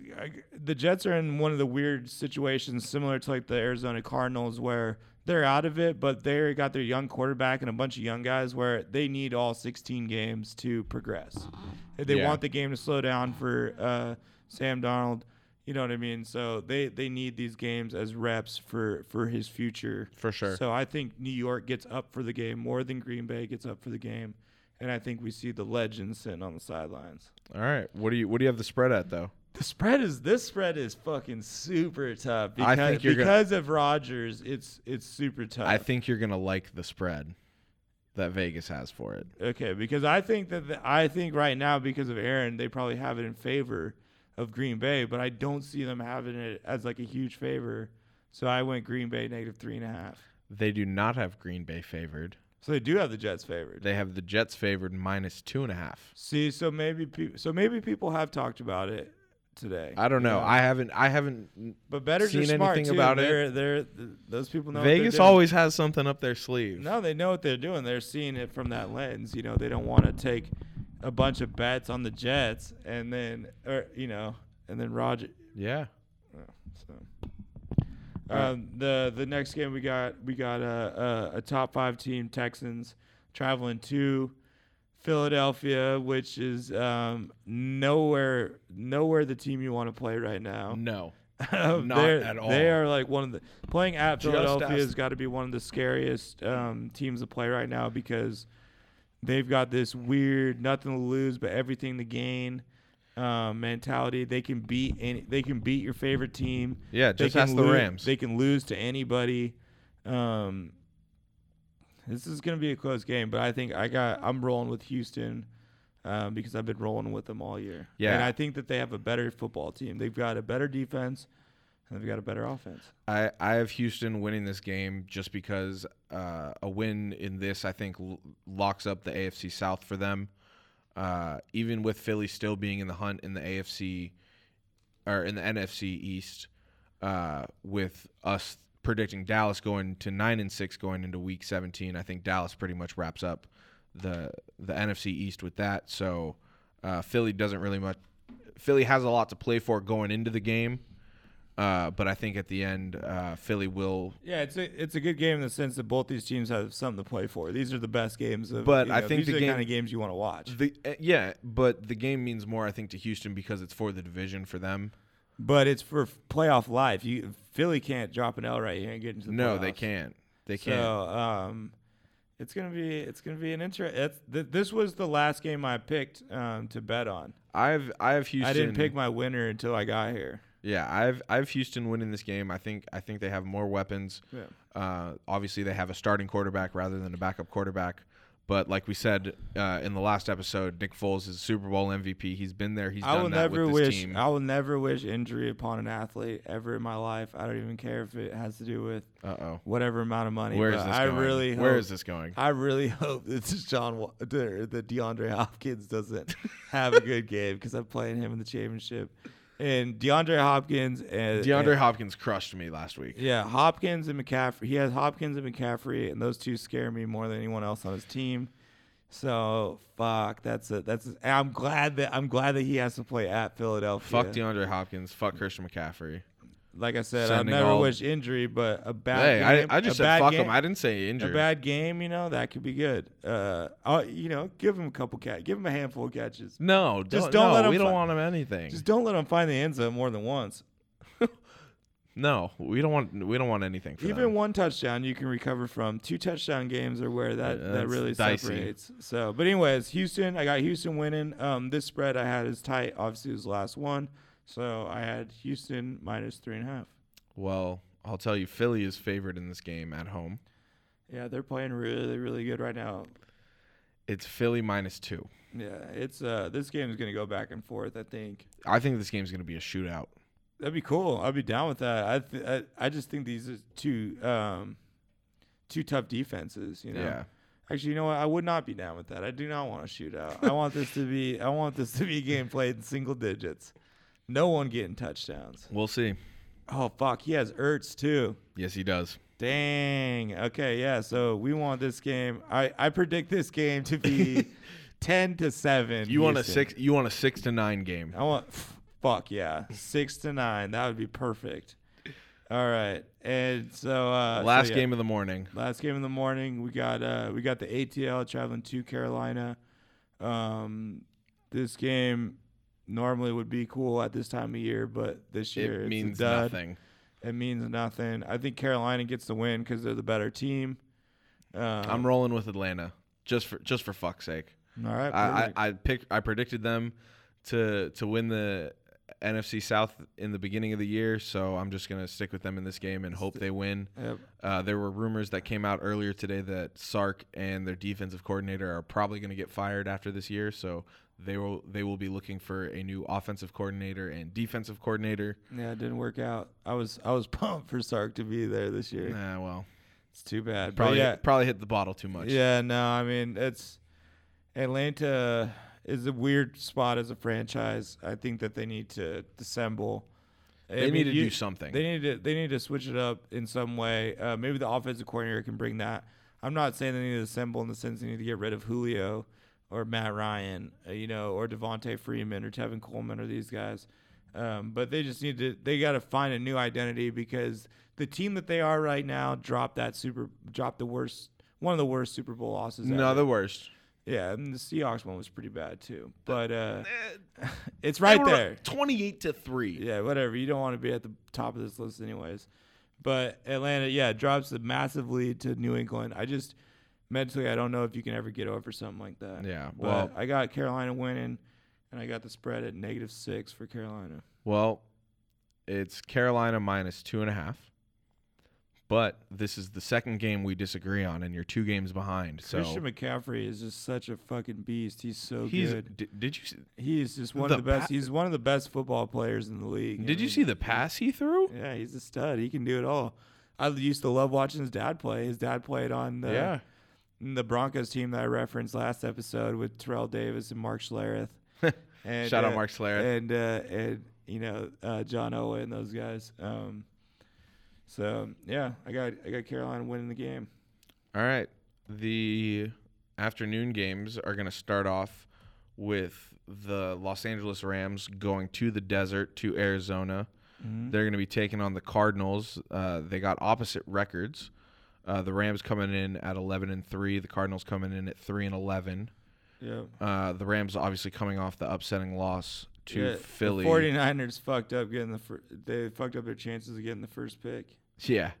the Jets are in one of the weird situations similar to like the Arizona Cardinals, where they're out of it, but they got their young quarterback and a bunch of young guys where they need all 16 games to progress. They
Yeah.
want the game to slow down for uh, Sam Donald. You know what I mean? So they they need these games as reps for for his future.
For sure.
So I think New York gets up for the game more than Green Bay gets up for the game. And I think we see the legends sitting on the sidelines.
All right, what do you what do you have the spread at though?
The spread is this spread is fucking super tough
I
because
think you're gonna-
because of Rogers, it's it's super tough.
I think you're going to like the spread that Vegas has for it.
okay because I think that the, I think right now because of Aaron, they probably have it in favor of Green Bay, but I don't see them having it as like a huge favor. So I went Green Bay negative three and a half.
They do not have Green Bay favored.
So they do have the Jets favored.
They have the Jets favored minus two and a half.
See, so maybe pe- so maybe people have talked about it today.
I don't know.
Yeah.
I haven't. I haven't.
but better
seen
just smart
anything
too.
about it.
They're, they're th- those people know what they're
Vegas
doing.
always has something up their sleeve.
No, they know what they're doing. They're seeing it from that lens. You know, they don't want to take a bunch of bets on the Jets and then, or you know, and then Roger.
Yeah.
oh, So, um, the the next game we got we got a, a, a top five team Texans traveling to Philadelphia, which is um, nowhere nowhere the team you want to play right now.
No.
Um,
Not
they're-
at all.
They are like one of the playing at
Just
Philadelphia
ask-
has got to be one of the scariest um, teams to play right now because they've got this weird nothing to lose but everything to gain um, mentality. They can beat any, they can beat your favorite team.
Yeah.
They
Just
can
ask the
lo-
Rams.
They can lose to anybody. Um, this is gonna be a close game, but I think I got I'm rolling with Houston um, because I've been rolling with them all year.
Yeah.
and I think that they have a better football team. They've got a better defense, and they've got a better offense.
I, I have Houston winning this game just because uh, a win in this, I think, l- locks up the AFC South for them. Uh, even with Philly still being in the hunt in the AFC or in the NFC East, uh, with us predicting Dallas going to nine and six going into Week 17, I think Dallas pretty much wraps up the the NFC East with that. So uh, Philly doesn't really much. Philly has a lot to play for going into the game. Uh, but I think at the end, uh, Philly will.
Yeah, it's a it's a good game in the sense that both these teams have something to play for. These are the best games of.
But
you
I
know,
think
these
the
are the
game-
kind of games you want to watch.
The, uh, yeah, but the game means more, I think, to Houston because it's for the division for them.
But it's for f- playoff life. You Philly can't drop an L right here and get into the
No, they
playoffs.
can't. They can't.
So um, it's gonna be it's gonna be an interest. Th- this was the last game I picked um, to bet on.
I've I have Houston.
I didn't pick my winner until I got here.
Yeah, I've I've Houston winning this game. I think I think they have more weapons.
Yeah.
Uh, obviously, they have a starting quarterback rather than a backup quarterback. But like we said uh, in the last episode, Nick Foles is a Super Bowl MVP. He's been there. He's
I
done
will
that
never
with this
wish
team.
I will never wish injury upon an athlete ever in my life. I don't even care if it has to do with
Uh oh.
whatever amount of money.
Where is
but
this
I
going?
really hope,
Where is this going?
I really hope that this John Wa- the the DeAndre Hopkins doesn't have a good game because I'm playing him in the championship. And DeAndre Hopkins uh, and
DeAndre
and-
Hopkins crushed me last week.
yeah, Hopkins and McCaffrey. He has Hopkins and McCaffrey, and those two scare me more than anyone else on his team. So fuck, that's a that's. A, and I'm glad that I'm glad that he has to play at Philadelphia.
Fuck DeAndre Hopkins. Fuck Christian McCaffrey.
Like I said, I
Sending
never
all-
wish injury, but a bad.
Hey, I,
game,
I just
a bad
said fuck
game,
him. I didn't say
a
injury.
bad game, you know, that could be good. Uh, oh, you know, give him a couple cat, give him a handful of catches.
no, don't,
Just don't
no,
let him
We don't
fi-
want him anything.
Just don't let him find the end zone more than once.
no, we don't want. We don't want anything. For
Even
them.
one touchdown you can recover from. Two touchdown games are where that,
Yeah,
that
that's
really
dicey.
separates. So, but anyways, Houston, I got Houston winning. Um, this spread I had is tight. Obviously, it was the last one, so I had Houston minus three and a half.
Well, I'll tell you, Philly is favored in this game at home.
Yeah, they're playing really, really good right now.
It's Philly minus two.
Yeah, it's uh, this game is gonna go back and forth. I think
I think this game's going to be a shootout.
That'd be cool. I'd be down with that. I th- I, I just think these are two um, two tough defenses. You know.
Yeah.
Actually, you know what? I would not be down with that. I do not want to shoot out. I want this to be. I want this to be a game played in single digits. No one getting touchdowns.
We'll see.
Oh fuck, he has Ertz too.
Yes, he does.
Dang. Okay, yeah. So we want this game. I I predict this game to be ten to seven.
You want a
Houston.
six? You want a six to nine game?
I want fuck yeah, six to nine. That would be perfect. All right, and so uh, so
Last
yeah,
game of the morning.
last game in the morning. We got uh, we got the ATL traveling to Carolina. Um, this game normally would be cool at this time of year, but this
It
year it's a
means
dud.
nothing.
It means nothing. I think Carolina gets the win because they're the better team. Um,
I'm rolling with Atlanta just for just for fuck's sake.
all right.
I,
perfect.
I, I picked I predicted them to to win the NFC South in the beginning of the year, so I'm just gonna stick with them in this game and hope they win.
Yep.
Uh, there were rumors that came out earlier today that Sark and their defensive coordinator are probably going to get fired after this year, so they will they will be looking for a new offensive coordinator and defensive coordinator.
yeah, it didn't work out. I was I was pumped for Sark to be there this year.
Nah, well,
It's too bad. but
probably
yeah,
probably hit the bottle too much.
Yeah, no, I mean it's Atlanta is a weird spot as a franchise. I think that they need to dissemble.
They need to do something.
They need to they need to switch it up in some way. Uh, maybe the offensive coordinator can bring that. I'm not saying they need to assemble in the sense they need to get rid of Julio or Matt Ryan, uh, you know, or Devontae Freeman or Tevin Coleman or these guys. Um, but they just need to they got to find a new identity because the team that they are right now dropped that super dropped the worst one of the worst Super Bowl losses.
no,
ever.
the worst.
yeah, and the Seahawks one was pretty bad too. But uh, it's right there.
twenty-eight to three.
Yeah, whatever. You don't want to be at the top of this list, anyways. But Atlanta, yeah, drops a massive lead to New England. I just mentally, I don't know if you can ever get over something like that.
Yeah,
But
well-
I got Carolina winning, and I got the spread at negative six for Carolina.
Well, it's Carolina minus two and a half. But this is the second game we disagree on, and you're two games behind. So
Christian McCaffrey is just such a fucking beast. He's so
he's.
good.
Did, did you see-
He is just one
The
of the best.
pa-
he's one of the best football players in the league. I
did you
mean,
see the pass he threw?
Yeah, he's a stud. He can do it all. I used to love watching his dad play. His dad played on the the Broncos team that I referenced last episode with Terrell Davis and Mark Schlereth. and,
Shout out
uh,
Mark Schlereth.
And uh, and you know uh, John Owen and those guys. Um, so yeah, I got I got Carolina winning the game.
All right. The afternoon games are going to start off with the Los Angeles Rams going to the desert to Arizona. Mm-hmm. They're going to be taking on the Cardinals. Uh, they got opposite records. Uh, the Rams coming in at 11 and 3, the Cardinals coming in at 3 and 11.
Yeah.
Uh, the Rams obviously coming off the upsetting loss to
Yeah,
Philly.
The 49ers fucked up getting the fir- they fucked up their chances of getting the first pick.
Yeah.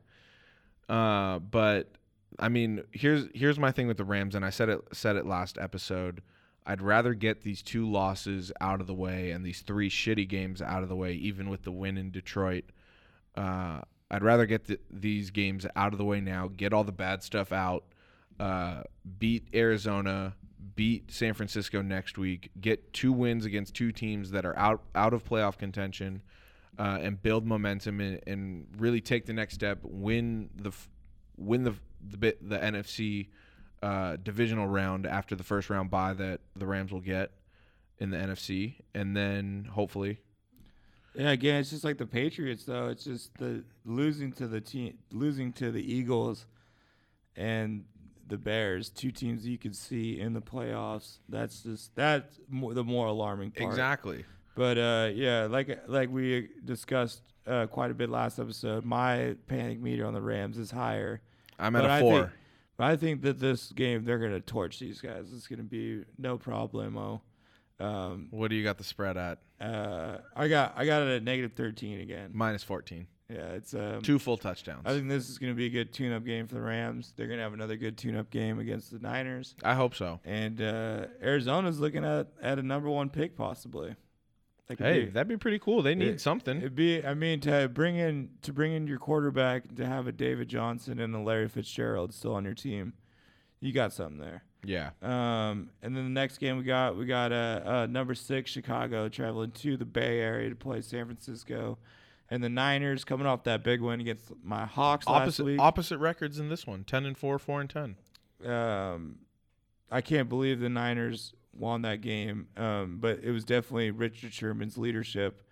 Uh, but I mean, here's here's my thing with the Rams, and I said it said it last episode. I'd rather get these two losses out of the way and these three shitty games out of the way, even with the win in Detroit. Uh, I'd rather get the, these games out of the way now, get all the bad stuff out, uh, beat Arizona, beat San Francisco next week, get two wins against two teams that are out out of playoff contention, uh, and build momentum and, and really take the next step, win the f- win the the bit the NFC uh, divisional round after the first round bye that the Rams will get in the NFC, and then hopefully
Yeah, again, it's just like the Patriots, though. It's just the losing to the team, losing to the Eagles, and the Bears. Two teams you could see in the playoffs. That's just that's more, the more alarming part.
exactly.
But uh, yeah, like like we discussed uh, quite a bit last episode, my panic meter on the Rams is higher.
I'm at
But
a
I
four.
think- but I think that this game they're gonna torch these guys. It's gonna be no problemo. Um,
what do you got the spread at?
uh, I got I got it at negative thirteen again.
Minus fourteen.
Yeah, it's um,
Two full touchdowns.
I think this is gonna be a good tune-up game for the Rams. They're gonna have another good tune-up game against the Niners,
I hope so.
and uh, Arizona's looking at at a number one pick possibly. That could
Hey,
be-
that'd be pretty cool. They need
It-
something.
It'd be, I mean, to bring in to bring in your quarterback to have a David Johnson and a Larry Fitzgerald still on your team, you got something there.
yeah.
Um, and then the next game we got we got uh, uh, number six Chicago traveling to the Bay Area to play San Francisco, and the Niners coming off that big win against my Hawks last
Opposite
week.
opposite records in this one. Ten and four, four and ten.
um, I can't believe the Niners won that game. Um, but it was definitely Richard Sherman's leadership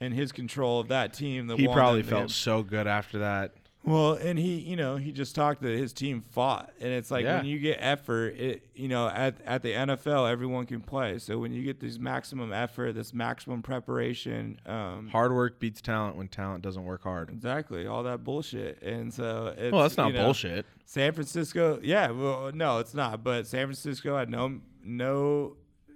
and his control of that team that
He
won
probably
that
felt
game.
so good after that.
Well, and he, you know, he just talked that his team fought, and it's like
Yeah.
when you get effort, it, you know, at at the NFL, everyone can play. So when you get this maximum effort, this maximum preparation, um,
Hard work beats talent when talent doesn't work hard.
exactly, all that bullshit, and so it's,
Well, that's not
you know,
bullshit.
San Francisco, yeah, well, no, it's not, but San Francisco had no, no,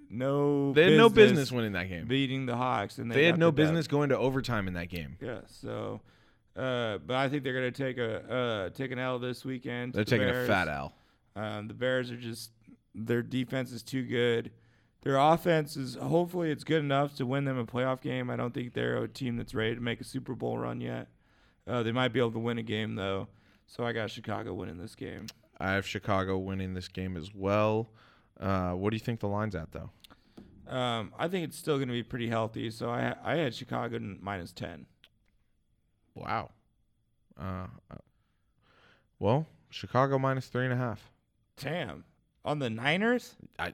no,
They had no business winning that game.
beating the Hawks, and they,
They had
got
no
the dub.
business going to overtime in that game.
Yeah. So, uh, but I think they're gonna take a uh, take an L this weekend. to
They're
the
taking a
Bears.
fat L.
Um, the Bears are just their defense is too good. Their offense is hopefully it's good enough to win them a playoff game. I don't think they're a team that's ready to make a Super Bowl run yet. Uh, they might be able to win a game though. So I got Chicago winning this game.
I have Chicago winning this game as well. Uh, what do you think the line's at though?
Um, I think it's still going to be pretty healthy. So I I had Chicago in minus ten.
Wow. Uh, well, Chicago minus three and a half.
Damn. On the Niners?
I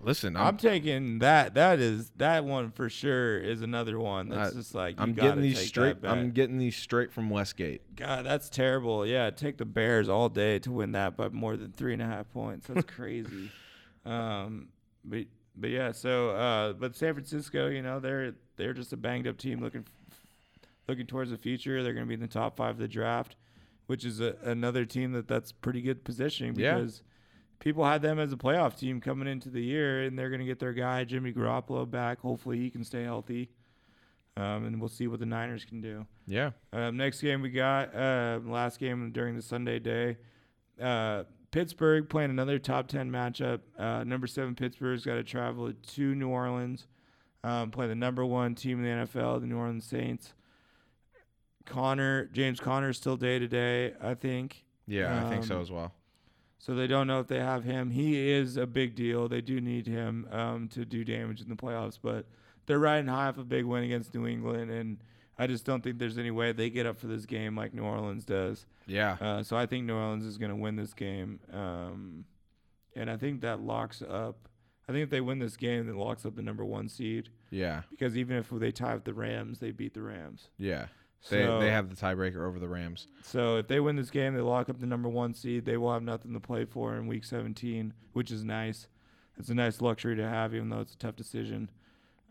listen.
I'm
I'm,
taking that. That is that one for sure is another one that's
I-
just like you
I'm
gotta
getting these
take
straight.
that bet.
I'm getting these straight from Westgate.
God, that's terrible. Yeah, take the Bears all day to win that by more than three and a half points. That's crazy. um, but but yeah, so uh, but San Francisco, you know, they're they're just a banged up team looking looking towards the future. They're going to be in the top five of the draft, which is a, another team that that's pretty good positioning
Yeah.
because people had them as a playoff team coming into the year, and they're going to get their guy Jimmy Garoppolo back. Hopefully, he can stay healthy, um, and we'll see what the Niners can do.
Yeah.
Um, next game we got uh, last game during the Sunday day. Uh, Pittsburgh playing another top ten matchup. Uh, number seven Pittsburgh's got to travel to New Orleans, um, play the number one team in the NFL, the New Orleans Saints. Connor James Connor is still day to day, I think.
Yeah, I think so
Um,
as well.
So they don't know if they have him. He is a big deal. They do need him um, to do damage in the playoffs, but they're riding high off a big win against New England, and I just don't think there's any way they get up for this game like New Orleans does.
Yeah.
Uh, so I think New Orleans is going to win this game, um, and I think that locks up. I think if they win this game, that locks up the number one seed
yeah.
because even if they tie with the Rams, they beat the Rams.
Yeah. They
So-
they have the tiebreaker over the Rams.
so if they win this game, they lock up the number one seed. They will have nothing to play for in week 17, which is nice. It's a nice luxury to have, even though it's a tough decision.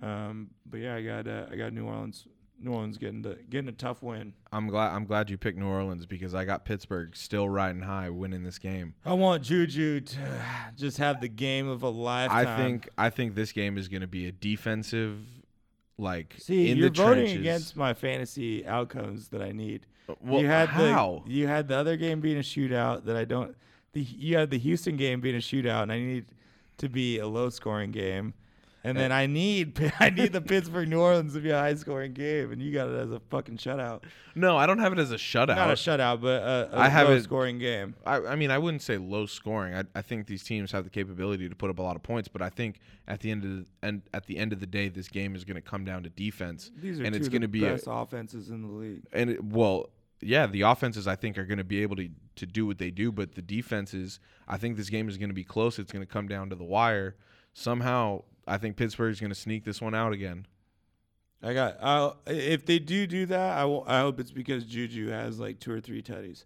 Um, but yeah, I got uh, I got New Orleans. New Orleans getting the getting a tough win.
I'm glad I'm glad you picked New Orleans because I got Pittsburgh still riding high winning this game.
I want Juju to just have the game of a lifetime.
I think I think this game is going to be a defensive like
See,
in
you're
the
voting
trenches. Uh,
against my fantasy outcomes that I need.
well,
you had
how?
the you had the other game being a shootout that I don't. The you had the Houston game being a shootout, and I need to be a low scoring game.
Uh,
And then I need I need the Pittsburgh New Orleans to be a high scoring game, and you got it as a fucking shutout.
No, I don't have it as a shutout.
Not a shutout, but a, a
I have it-
low scoring game.
I, I mean, I wouldn't say low scoring. I, I think these teams have the capability to put up a lot of points, but I think at the end of the and at the end of the day, this game is going to come down to defense,
These are
and
two
it's
of the
gonna be a-
best offenses in the league.
and it, well, yeah, the offenses I think are going to be able to to do what they do, but the defenses, I think this game is going to be close. It's going to come down to the wire. Somehow, I think Pittsburgh's going to sneak this one out again.
I got. I'll, if they do do that, I will. I hope it's because Juju has like two or three tutties.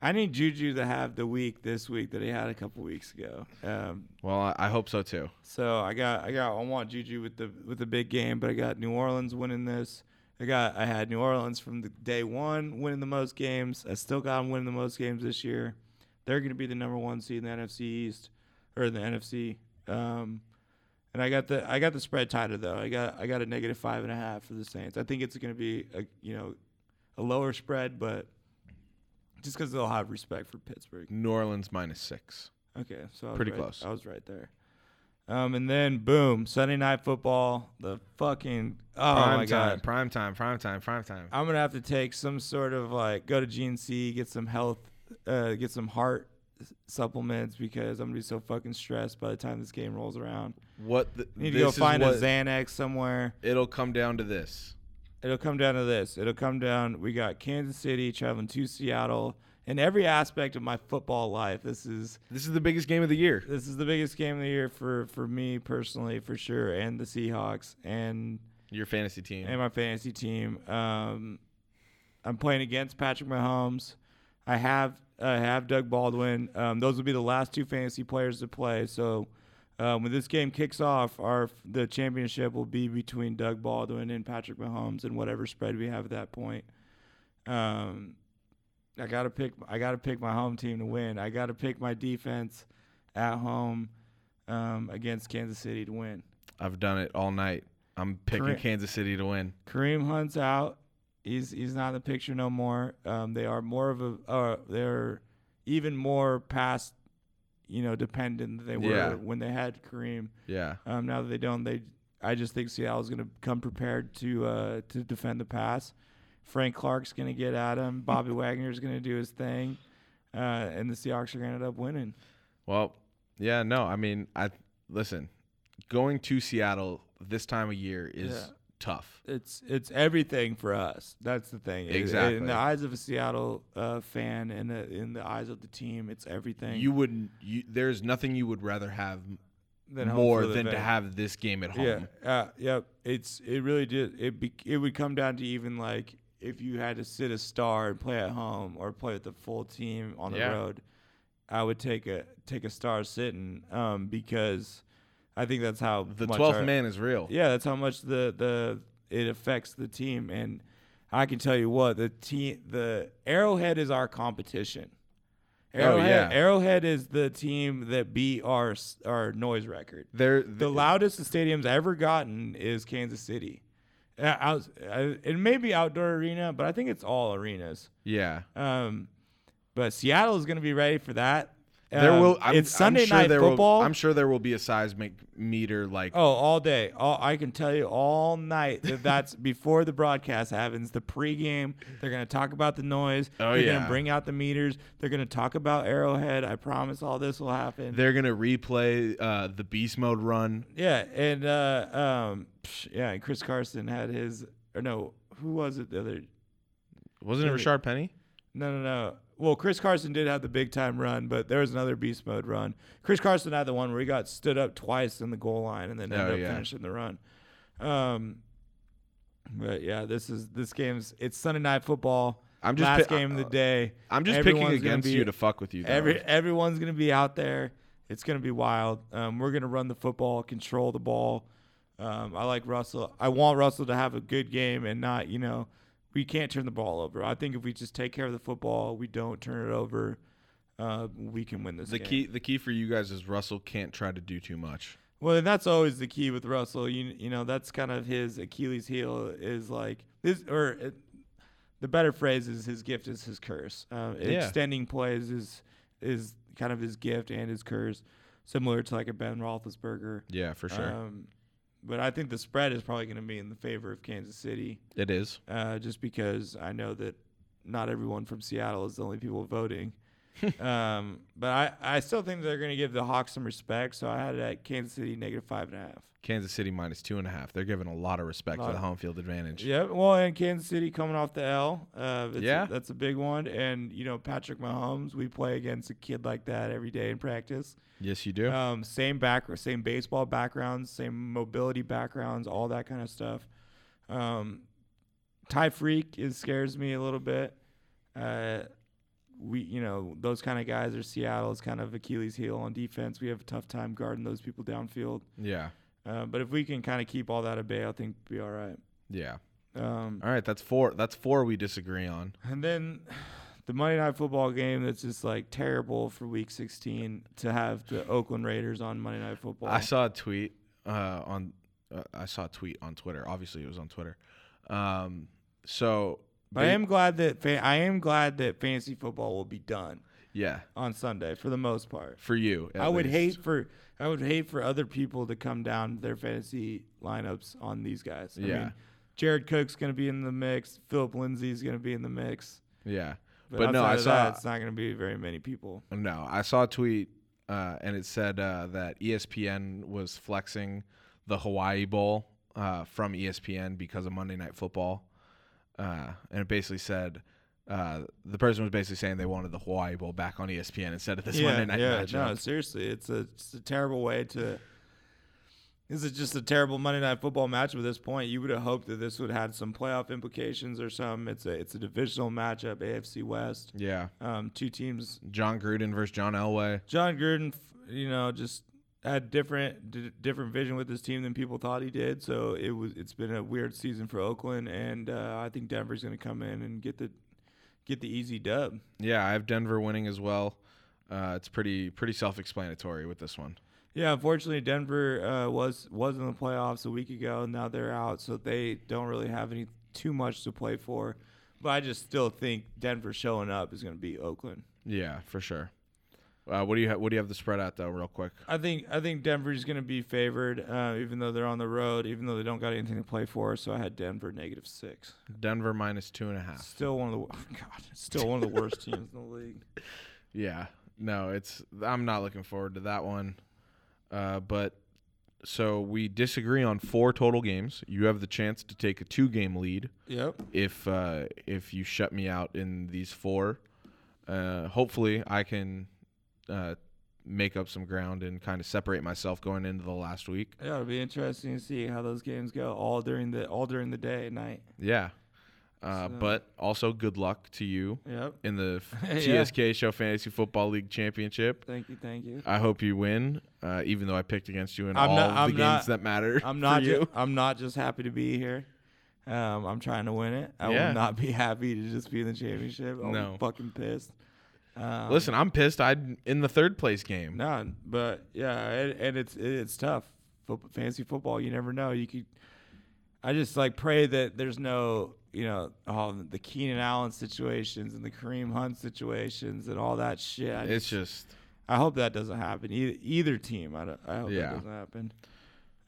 I need Juju to have the week this week that he had a couple weeks ago. Um,
Well, I, I hope so too.
so I got. I got. I want Juju with the with the big game, but I got New Orleans winning this. I got. I had New Orleans from the day one winning the most games. I still got them winning the most games this year. They're going to be the number one seed in the NFC East or the NFC. Um, and I got the I got the spread tighter though. I got I got a negative five and a half for the Saints. I think it's going to be a you know a lower spread, but just because they'll have respect for Pittsburgh.
New Orleans minus six.
Okay, so I was
Pretty
right-
close.
I was right there. Um, and then boom, Sunday night football. The fucking oh
prime
my
time,
god,
prime time, prime time, prime time.
I'm gonna have to take some sort of like go to GNC, get some health, uh, get some heart s- supplements because I'm gonna be so fucking stressed by the time this game rolls around.
What the,
Need to
this
go
is
find a
what-
Xanax somewhere.
It'll come down to this.
It'll come down to this. It'll come down. We got Kansas City traveling to Seattle. In every aspect of my football life, this is
This is the biggest game of the year.
this is the biggest game of the year for for me personally, for sure, and the Seahawks and
Your fantasy team.
and my fantasy team. Um, I'm playing against Patrick Mahomes. I have I have Doug Baldwin. Um, those will be the last two fantasy players to play. So um, when this game kicks off, our the championship will be between Doug Baldwin and Patrick Mahomes, and whatever spread we have at that point. Um, I gotta pick. I gotta pick my home team to win. I gotta pick my defense at home um, against Kansas City to win.
I've done it all night. I'm picking
Correct.
Kansas City to win.
Kareem Hunt's out. He's he's not in the picture no more. Um, they are more of a uh, they're even more past you know dependent than they were
Yeah.
when they had Kareem.
Yeah.
Um, now that they don't, they I just think Seattle's going to come prepared to uh, to defend the pass. Frank Clark's going to get at him. Bobby Wagner's going to do his thing, uh, and the Seahawks are going to end up winning.
Well, yeah, no. I mean, I listen, going to Seattle this time of year is
Yeah.
tough.
it's it's everything for us. That's the thing. It- it-
Exactly.
in the eyes of a Seattle uh, fan and uh, in the eyes of the team, it's everything.
You wouldn't you, there's nothing you would rather have
than home
more
field
than to
advantage.
have this game at home.
Yeah, uh, yep. It's it really did. It be, it would come down to even like if you had to sit a star and play at home or play with the full team on the
Yeah.
road, I would take a take a star sitting um, because I think that's how
The
much
12th
our-
man is real.
Yeah, that's how much the the it affects the team, and I can tell you what the team the Arrowhead is our competition. Arrowhead,
Oh, yeah.
Arrowhead is the team that beat our s- our noise record.
They're
The loudest the stadium's ever gotten is Kansas City. Uh, outs- uh, It may be outdoor arena, but I think it's all arenas.
yeah.
Um, but Seattle is going to be ready for that.
there
Um,
will I'm,
it's
I'm
Sunday
sure
night
there will-
football.
I'm sure there will be a seismic meter like
Oh, all day. All, I can tell you all night that that's before the broadcast happens. The pregame, they're going to talk about the noise.
Oh,
they're going
yeah.
to bring out the meters. They're going to talk about Arrowhead. I promise all this will happen.
they're going to replay uh, the beast mode run.
yeah, and uh, um, psh, yeah, and Chris Carson had his or no, who was it the other?
Wasn't it
Jimmy-
Richard Penny?
No, no, no. Well, Chris Carson did have the big time run, but there was another beast mode run. Chris Carson had the one where he got stood up twice in the goal line and then
Oh,
ended up
yeah.
finishing the run. Um, but yeah, this is this game's it's Sunday night football.
I'm just
last
pi- uh,
game of the day.
I'm just
Everyone's
picking
gonna
against
be-
you to fuck with you. Though.
Every everyone's gonna be out there. It's gonna be wild. Um, we're gonna run the football, control the ball. Um, I like Russell. I want Russell to have a good game and not, you know, we can't turn the ball over. I think if we just take care of the football, we don't turn it over, uh, we can win this
The
game.
key, the key for you guys is Russell can't try to do too much.
Well, and that's always the key with Russell. You you know that's kind of his Achilles heel is like this or uh, the better phrase is his gift is his curse. Um,
Yeah.
Extending plays is is kind of his gift and his curse. similar to like a Ben Roethlisberger.
Yeah, for sure.
Um, but I think the spread is probably going to be in the favor of Kansas City,
it is.
uh, just because I know that not everyone from Seattle is the only people voting. um, but I, I still think they're going to give the Hawks some respect. So I had it at Kansas City negative five and a half.
Kansas City minus two and a half. They're giving a lot of respect
Lot
to the
of-
home field advantage.
Yeah, well, and Kansas City coming off the L. Uh, that's
Yeah.
a, that's a big one. And you know Patrick Mahomes, we play against a kid like that every day in practice.
Yes, you do.
Um, same back, same baseball backgrounds, same mobility backgrounds, all that kind of stuff. Um, Ty Freak is scares me a little bit. Uh, we, you know, those kind of guys are Seattle's kind of Achilles heel on defense. We have a tough time guarding those people downfield.
yeah.
Uh, but if we can kind of keep all that at bay, I think we'll be all right.
Yeah.
Um,
All right, that's four. That's four we disagree on.
And then the Monday Night Football game that's just like terrible for Week 16 to have the Oakland Raiders on Monday Night Football.
I saw a tweet uh, on uh, I saw a tweet on Twitter. Obviously, it was on Twitter. Um, so
But I am glad that fa- I am glad that fantasy football will be done
yeah,
on Sunday for the most part.
for you. at
I would
least.
hate for I would hate for other people to come down their fantasy lineups on these guys. I
Yeah.
mean, Jared Cook's going to be in the mix. Philip Lindsay's going to be in the mix.
Yeah,
But,
but, no,
outside
I
of
saw
that, it's not going to be very many people.
No, I saw a tweet uh, and it said uh, that ESPN was flexing the Hawaii Bowl uh, from ESPN because of Monday Night Football. Uh, and it basically said uh, the person was basically saying they wanted the Hawaii Bowl back on E ESPN instead of this Monday Night
yeah,
matchup.
No, seriously, it's a it's a terrible way to. This is just a terrible Monday Night Football matchup at this point. You would have hoped that this would have had some playoff implications or some. It's a it's a divisional matchup, AFC West.
Yeah,
Um, two teams.
John Gruden versus John Elway.
John Gruden, f- you know, just had different d- different vision with his team than people thought he did. So it was it's been a weird season for Oakland, and uh, I think Denver's going to come in and get the get the easy dub.
Yeah, I have Denver winning as well. Uh, it's pretty pretty self-explanatory with this one.
Yeah, unfortunately, Denver uh, was was in the playoffs a week ago. and Now they're out, so they don't really have any too much to play for. But I just still think Denver showing up is going to be Oakland.
Yeah, for sure. Uh, what do you ha- what do you have the spread at though, real quick?
I think I think Denver's going to be favored, uh, even though they're on the road, even though they don't got anything to play for. So I had Denver negative six.
Denver minus two and a half.
Still one of the God, still one of the worst teams in the league.
Yeah. No, it's I'm not looking forward to that one. Uh, but so we disagree on four total games. You have the chance to take a two game lead
Yep.
if uh, if you shut me out in these four. Uh, hopefully, I can uh, make up some ground and kind of separate myself going into the last week.
Yeah, it'll be interesting to see how those games go all during the all during the day and night.
Yeah. Uh,
So-
But also, good luck to you
Yep.
in the
Yeah.
TSK Show Fantasy Football League Championship.
Thank you. Thank you.
I hope you win, uh, even though I picked against you in
I'm
all
not-
of the
I'm
games
not-
that matter.
I'm not.
for
Ju-
you.
I'm not just happy to be here. Um, I'm trying to win it. I
Yeah.
will not be happy to just be in the championship. I'm
No.
fucking pissed. Um,
Listen, I'm pissed. I would in the third place game.
no, but yeah, and, and it's it's tough. Football, fancy football, you never know. You could. I just like pray that there's no, you know, all the Keenan Allen situations and the Kareem Hunt situations and all that shit. I,
It's just
I hope that doesn't happen. Either, either team, I, don't- I hope
Yeah.
that doesn't happen.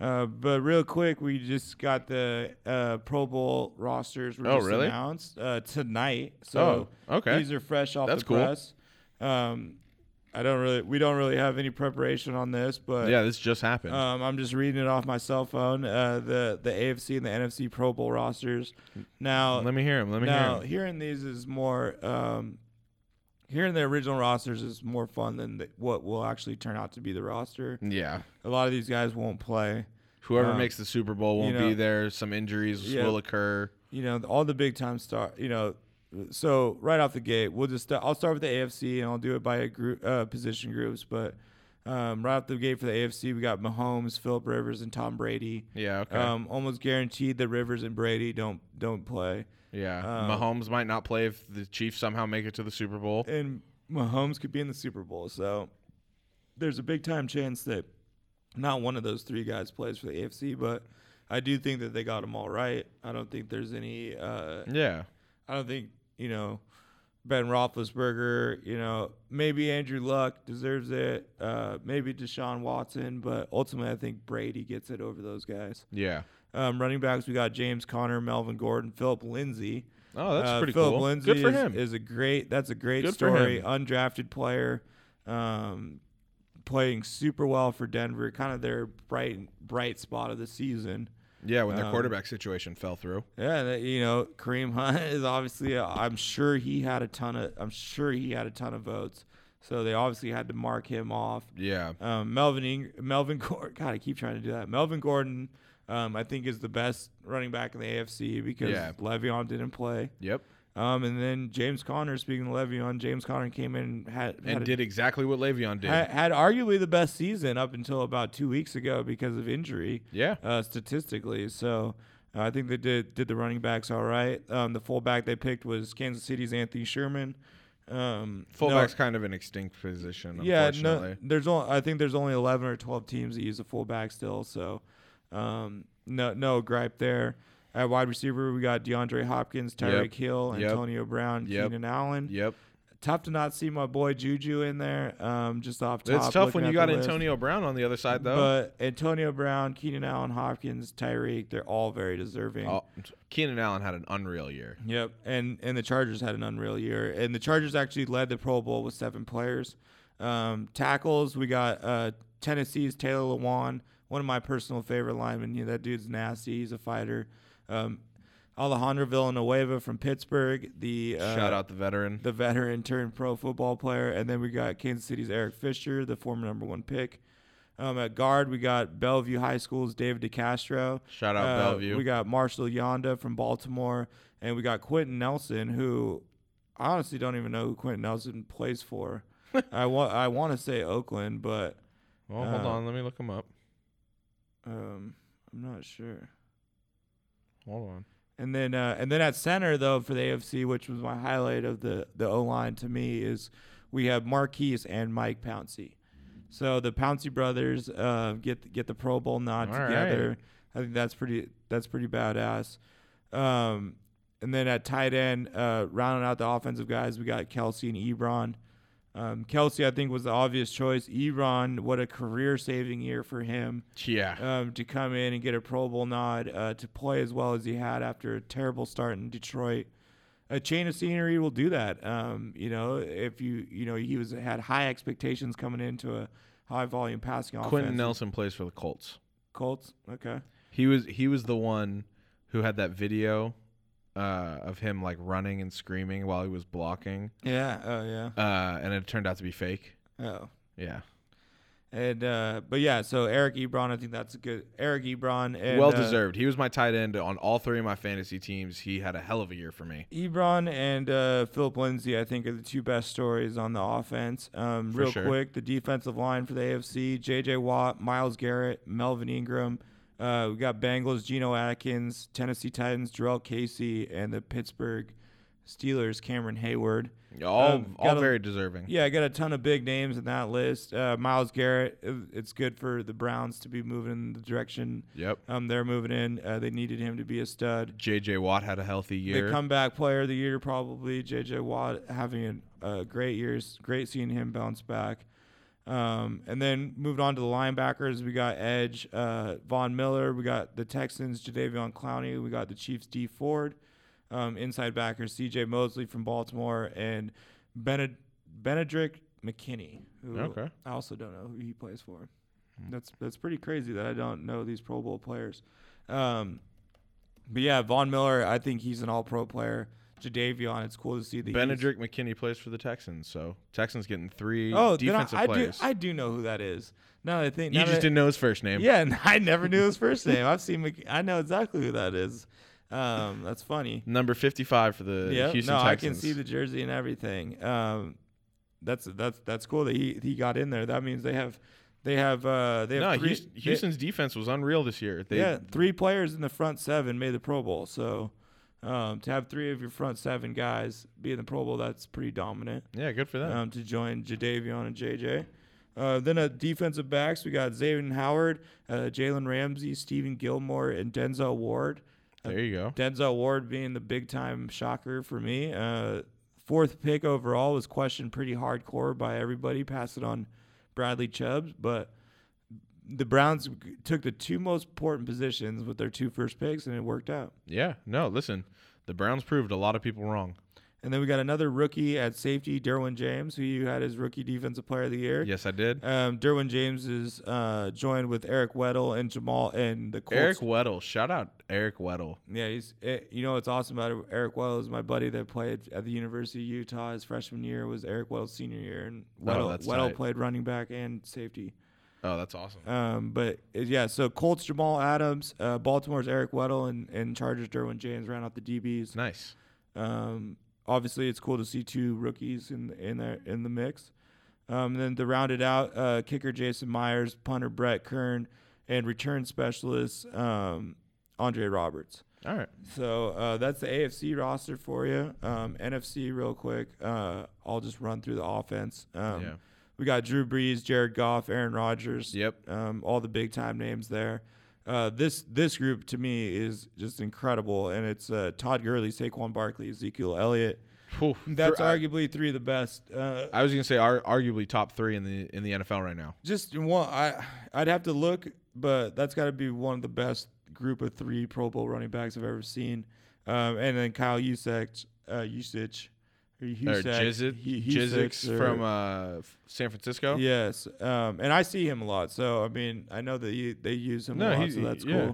Uh, but real quick, we just got the uh, Pro Bowl rosters. Were
Oh,
just
really?
Announced uh, tonight. So
Oh, okay.
These are fresh off
That's
the
cool.
press. Um, I don't really, we don't really have any preparation on this, but
yeah. This just happened.
um, I'm just reading it off my cell phone. Uh, the the AFC and the NFC Pro Bowl rosters. Now,
let me hear him. Let me
now
hear him.
hearing these is more um, hearing the original rosters is more fun than the, what will actually turn out to be the roster.
Yeah.
A lot of these guys won't play.
Whoever
um,
makes the Super Bowl won't
you know-
be there. Some injuries
Yeah.
will occur.
You know, all the big time star. You know, so right off the gate, we'll just st- I'll start with the AFC and I'll do it by a group uh, position groups, but. Um, right off the gate for the AFC, we got Mahomes, Philip Rivers, and Tom Brady.
Yeah. Okay.
Um, almost guaranteed that Rivers and Brady don't don't play.
yeah.
um,
Mahomes might not play if the Chiefs somehow make it to the Super Bowl.
and Mahomes could be in the Super Bowl. So there's a big time chance that not one of those three guys plays for the AFC, but I do think that they got them all right. I don't think there's any. Uh,
yeah.
I don't think you know Ben Roethlisberger. You know, maybe Andrew Luck deserves it. Uh, maybe Deshaun Watson, but ultimately, I think Brady gets it over those guys.
Yeah.
Um, running backs, we got James Conner, Melvin Gordon, Philip Lindsay.
Oh, that's
Uh,
pretty
Philip
cool.
Lindsay
Good for
is,
him.
is a great. That's a great
Good for
story.
him.
Undrafted player, um, playing super well for Denver. Kind of their bright bright spot of the season.
yeah, when their
um,
quarterback situation fell through.
Yeah, that, you know Kareem Hunt is obviously. A, I'm sure he had a ton of. I'm sure he had a ton of votes. So they obviously had to mark him off.
Yeah.
Um, Melvin Ing- Melvin Gordon. God, I keep trying to do that. Melvin Gordon, um, I think, is the best running back in the AFC because
Yeah.
Le'Veon didn't play.
Yep.
Um, and then James Conner, speaking of Le'Veon, James Conner came in and had had,
And
a-
did exactly what Le'Veon did.
had, had arguably the best season up until about two weeks ago because of injury.
Yeah.
Uh, statistically, so uh, I think they did did the running backs all right. Um, the fullback they picked was Kansas City's Anthony Sherman. Um, no-
Fullback's kind of an extinct position,
yeah,
unfortunately.
no, there's only I think there's only 11 or 12 teams that use a fullback still, so um, no no gripe there. At wide receiver, we got DeAndre Hopkins, Tyreek Hill,
Yep.
Antonio Brown,
Yep.
Keenan Allen.
Yep.
Tough to not see my boy Juju in there. Um, just off top,
It's tough
looking
when
at
you
the
got
list.
Antonio Brown on the other side, though.
But Antonio Brown, Keenan Allen, Hopkins, Tyreek, they're all very deserving.
Oh, Keenan Allen had an unreal year.
Yep, and and the Chargers had an unreal year, and the Chargers actually led the Pro Bowl with seven players. Um, tackles, we got uh, Tennessee's Taylor Lewan, one of my personal favorite linemen. You know, that dude's nasty. He's a fighter. Um, Alejandro Villanueva from Pittsburgh, the uh,
Shout out the veteran.
the veteran turned pro football player, and then we got Kansas City's Eric Fisher, the former number one pick. Um, at guard, we got Bellevue High School's David DeCastro. Uh,
Shout out Bellevue.
We got Marshall Yonda from Baltimore, and we got Quentin Nelson, who I honestly don't even know who Quentin Nelson plays for. I want I want to say Oakland, but
well, Oh, hold
uh,
on. Let me look him up.
um, I'm not sure.
Hold on.
And then uh, and then at center though for the AFC, which was my highlight of the the O line to me is we have Marquise and Mike Pouncey. So the Pouncey brothers uh, get get the Pro Bowl nod
All right.
together. I think that's pretty that's pretty badass. Um, and then at tight end, uh, rounding out the offensive guys, we got Kelsey and Ebron. Um, Kelsey, I think, was the obvious choice. Ebron, what a career-saving year for him
Yeah.
um, to come in and get a Pro Bowl nod, uh, to play as well as he had after a terrible start in Detroit. A chain of scenery will do that. Um, you know, if you you know he was had high expectations coming into a high volume passing offense.
Quentin Nelson plays for the Colts.
Colts. Okay.
He was he was the one who had that video uh, of him like running and screaming while he was blocking,
Yeah. Oh yeah.
uh, and it turned out to be fake.
Oh.
Yeah,
And uh, but yeah, so Eric Ebron, I think that's a good Eric Ebron. And,
well
uh,
deserved. He was my tight end on all three of my fantasy teams. He had a hell of a year for me.
Ebron and uh, Philip Lindsay, I think, are the two best stories on the offense. Um,
For
real
sure.
quick, the defensive line for the AFC: J.J. Watt, Miles Garrett, Melvin Ingram. Uh, we got Bengals, Geno Atkins, Tennessee Titans, Jarrell Casey, and the Pittsburgh Steelers, Cameron Hayward.
All
Um,
all
gotta-
very deserving.
Yeah, I got a ton of big names in that list. Uh, Miles Garrett, it- it's good for the Browns to be moving in the direction
Yep.
um, they're moving in. Uh, they needed him to be a stud.
J.J. Watt had a healthy year.
The comeback player of the year, probably JJ Watt, having a uh, great years. Great seeing him bounce back. Um, and then moved on to the linebackers. We got Edge, uh, Von Miller. We got the Texans, Jadavion Clowney. We got the Chiefs, D Ford. Um, inside backers, CJ Mosley from Baltimore and Bened- Benedrick McKinney, who
Okay.
I also don't know who he plays for. That's that's pretty crazy that I don't know these Pro Bowl players. Um, but yeah, Von Miller, I think he's an All Pro player. Jadavion, it's cool to see the
Benedict McKinney plays for the Texans, so Texans getting three
Oh, then I,
defensive
I do
players.
I do know who that is. Now that I think
you
now
just
that-
didn't know his first name.
Yeah, and I never knew his first name. I've seen Mc, I know exactly who that is. Um, that's funny.
Number fifty-five for the
Yeah,
Houston
no,
Texans.
I can see the jersey and everything. Um, that's that's that's cool that he he got in there. That means they have they have uh they have
no,
three,
Houst-
they-
Houston's defense was unreal this year. They,
yeah, three players in the front seven made the Pro Bowl. So um, to have three of your front seven guys be in the Pro Bowl, that's pretty dominant.
yeah, good for them.
Um, to join Jadavion and JJ. Uh, then at defensive backs, we got Zayvon Howard, uh, Jalen Ramsey, Stephen Gilmore, and Denzel Ward.
there you go.
Denzel Ward being the big time shocker for me. Uh, fourth pick overall was questioned pretty hardcore by everybody, passing on Bradley Chubbs. But the Browns g- took the two most important positions with their two first picks, and it worked out.
Yeah. No, listen, the Browns proved a lot of people wrong.
And then we got another rookie at safety, Derwin James, who you had as rookie defensive player of the year.
Yes, I did.
Um, Derwin James is uh, joined with Eric Weddle and Jamal and the Colts.
Eric Weddle. Shout out Eric Weddle.
Yeah, he's. eh, you know what's awesome about Eric Wells? My buddy that played at the University of Utah his freshman year was Eric Wells' senior year, and Weddle,
Oh, that's
Weddle
tight.
played running back and safety.
Oh, that's awesome.
Um, but eh, yeah, so Colts Jamal Adams, uh, Baltimore's Eric Weddle, and and Chargers Derwin James ran out the DBs.
Nice.
Um, obviously, it's cool to see two rookies in in the in the mix. Um, and then to round it out, uh, kicker Jason Myers, punter Brett Kern, and return specialist um, Andre Roberts.
All right.
So uh, that's the AFC roster for you. Um, NFC, real quick. Uh, I'll just run through the offense. Um,
Yeah.
We got Drew Brees, Jared Goff, Aaron Rodgers.
Yep.
Um, all the big time names there. Uh, this this group to me is just incredible, and it's uh, Todd Gurley, Saquon Barkley, Ezekiel Elliott.
Whew.
That's
Thr- I,
arguably three of the best. Uh,
I was gonna say ar- arguably top three in the in the NFL right now.
just one, I I'd have to look, but that's got to be one of the best group of three Pro Bowl running backs I've ever seen. Um, and then Kyle Usich, uh, Usich, or
Or
Usich,
Jizzix
He- Husek,
Jizzix
or-
from uh, f- San Francisco.
yes, um, and I see him a lot. So I mean, I know that you, they use him
No,
a lot,
he's-
so that's
yeah.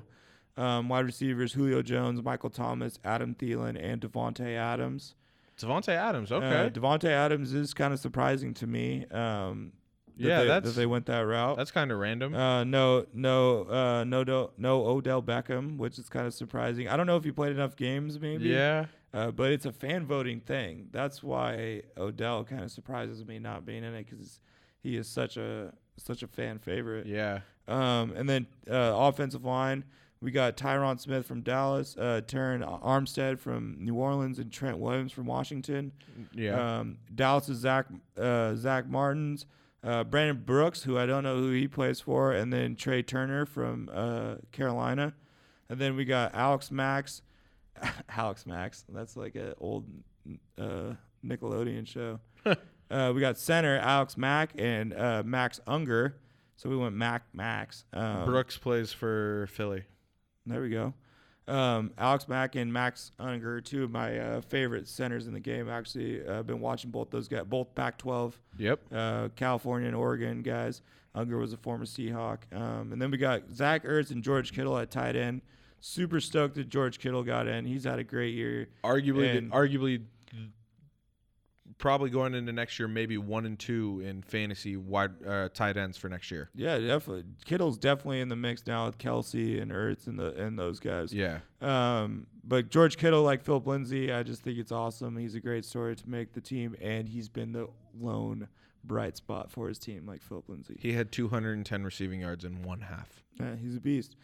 cool. Um, wide receivers: Julio Jones, Michael Thomas, Adam Thielen, and Devonte Adams.
Devonte Adams. Okay.
Uh, Devonte Adams is kind of surprising to me. Um, that
Yeah,
they, that
that's-
they went that route.
that's kind of random.
Uh, no, no, uh, no, Do- no Odell Beckham, which is kind of surprising. I don't know if he played enough games, maybe.
yeah.
Uh, but it's a fan voting thing. That's why Odell kind of surprises me not being in it because he is such a such a fan favorite.
Yeah.
Um, and then uh, offensive line, we got Tyron Smith from Dallas, uh, Taryn Armstead from New Orleans, and Trent Williams from Washington.
Yeah.
Um, Dallas's Zach uh, Zach Martins, uh, Brandon Brooks, who I don't know who he plays for, and then Trey Turner from uh, Carolina, and then we got Alex Max, Alex Max. That's like an old uh, Nickelodeon show. uh, we got center Alex Mack and uh, Max Unger. So we went Mac Max. Um,
Brooks plays for Philly.
there we go. Um, Alex Mack and Max Unger, two of my uh, favorite centers in the game. Actually, uh, been watching both those guys, both Pac-12,
Yep.
uh, California and Oregon guys. Unger was a former Seahawk, um, and then we got Zach Ertz and George Kittle at tight end. Super stoked that George Kittle got in. He's had a great year.
Arguably,
And-
arguably, probably going into next year, maybe one and two in fantasy wide uh, tight ends for next year.
Yeah, definitely. Kittle's definitely in the mix now with Kelsey and Ertz and the and those guys.
Yeah.
Um, but George Kittle, like Philip Lindsay, I just think it's awesome. He's a great story to make the team, and he's been the lone bright spot for his team, like Philip Lindsay.
He had 210 receiving yards in one half.
Yeah, Uh, he's a beast.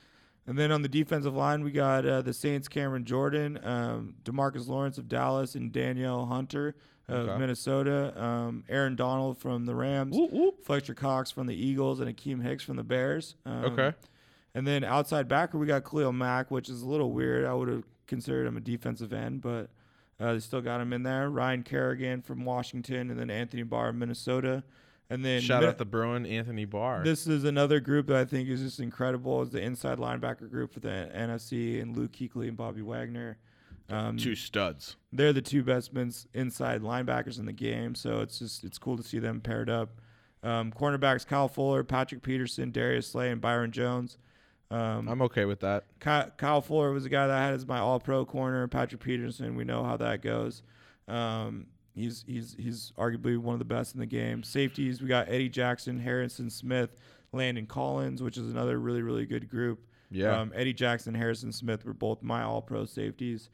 And then on the defensive line, we got uh, the Saints' Cameron Jordan, um, Demarcus Lawrence of Dallas, and Danielle Hunter of
Okay.
Minnesota, um, Aaron Donald from the Rams, Fletcher Cox from the Eagles, and Akeem Hicks from the Bears. Um,
Okay.
And then outside backer, we got Khalil Mack, which is a little weird. I would have considered him a defensive end, but uh, they still got him in there. Ryan Kerrigan from Washington, and then Anthony Barr, of Minnesota. And then
Shout
Min-
out the Bruin Anthony Barr.
this is another group that I think is just incredible. Is the inside linebacker group for the NFC and Luke Kuechly and Bobby Wagner. Um,
two studs.
they're the two best men's inside linebackers in the game. So it's just it's cool to see them paired up. Um, cornerbacks Kyle Fuller, Patrick Peterson, Darius Slay, and Byron Jones. Um,
I'm okay with that.
Ky- Kyle Fuller was the guy that I had as my All Pro corner. Patrick Peterson, we know how that goes. Um, he's he's he's arguably one of the best in the game. Safeties, we got Eddie Jackson, Harrison Smith, Landon Collins, which is another really really good group.
Yeah.
um, Eddie Jackson, Harrison Smith were both my All Pro safeties.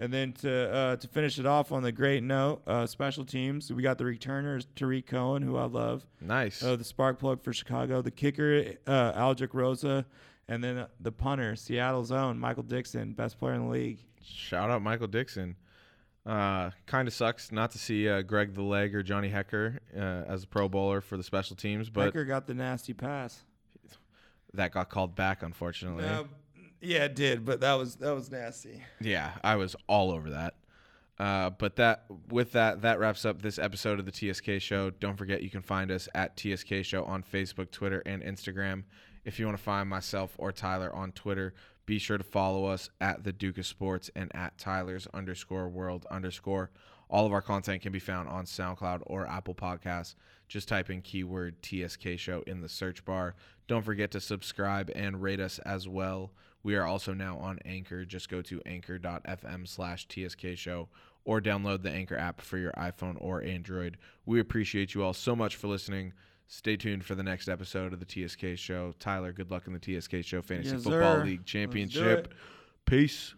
And then to uh, to finish it off on the great note, uh, special teams, we got the returners Tariq Cohen, who I love.
Nice.
Uh, the spark plug for Chicago, the kicker uh, Aldrick Rosa, and then uh, the punter Seattle's own Michael Dixon, best player in the league.
Shout out Michael Dixon. Uh, kind of sucks not to see uh, Greg the Leg or Johnny Hecker uh, as a Pro Bowler for the special teams, but
Becker got the nasty pass. Uh,
that got called back, unfortunately.
yeah, it did, but that was that was nasty.
Yeah, I was all over that. Uh, but that with that that wraps up this episode of the TSK Show. Don't forget you can find us at TSK Show on Facebook, Twitter, and Instagram. If you want to find myself or Tyler on Twitter, be sure to follow us at the Duke of Sports and at Tyler's underscore world underscore. All of our content can be found on SoundCloud or Apple Podcasts. Just type in keyword TSK Show in the search bar. Don't forget to subscribe and rate us as well. We are also now on Anchor. Just go to anchor.fm slash TSK Show or download the Anchor app for your iPhone or Android. We appreciate you all so much for listening. Stay tuned for the next episode of the TSK Show. Tyler, good luck in the TSK Show Fantasy
Yes,
Football
sir.
League
Let's do
Championship.
it.
Peace.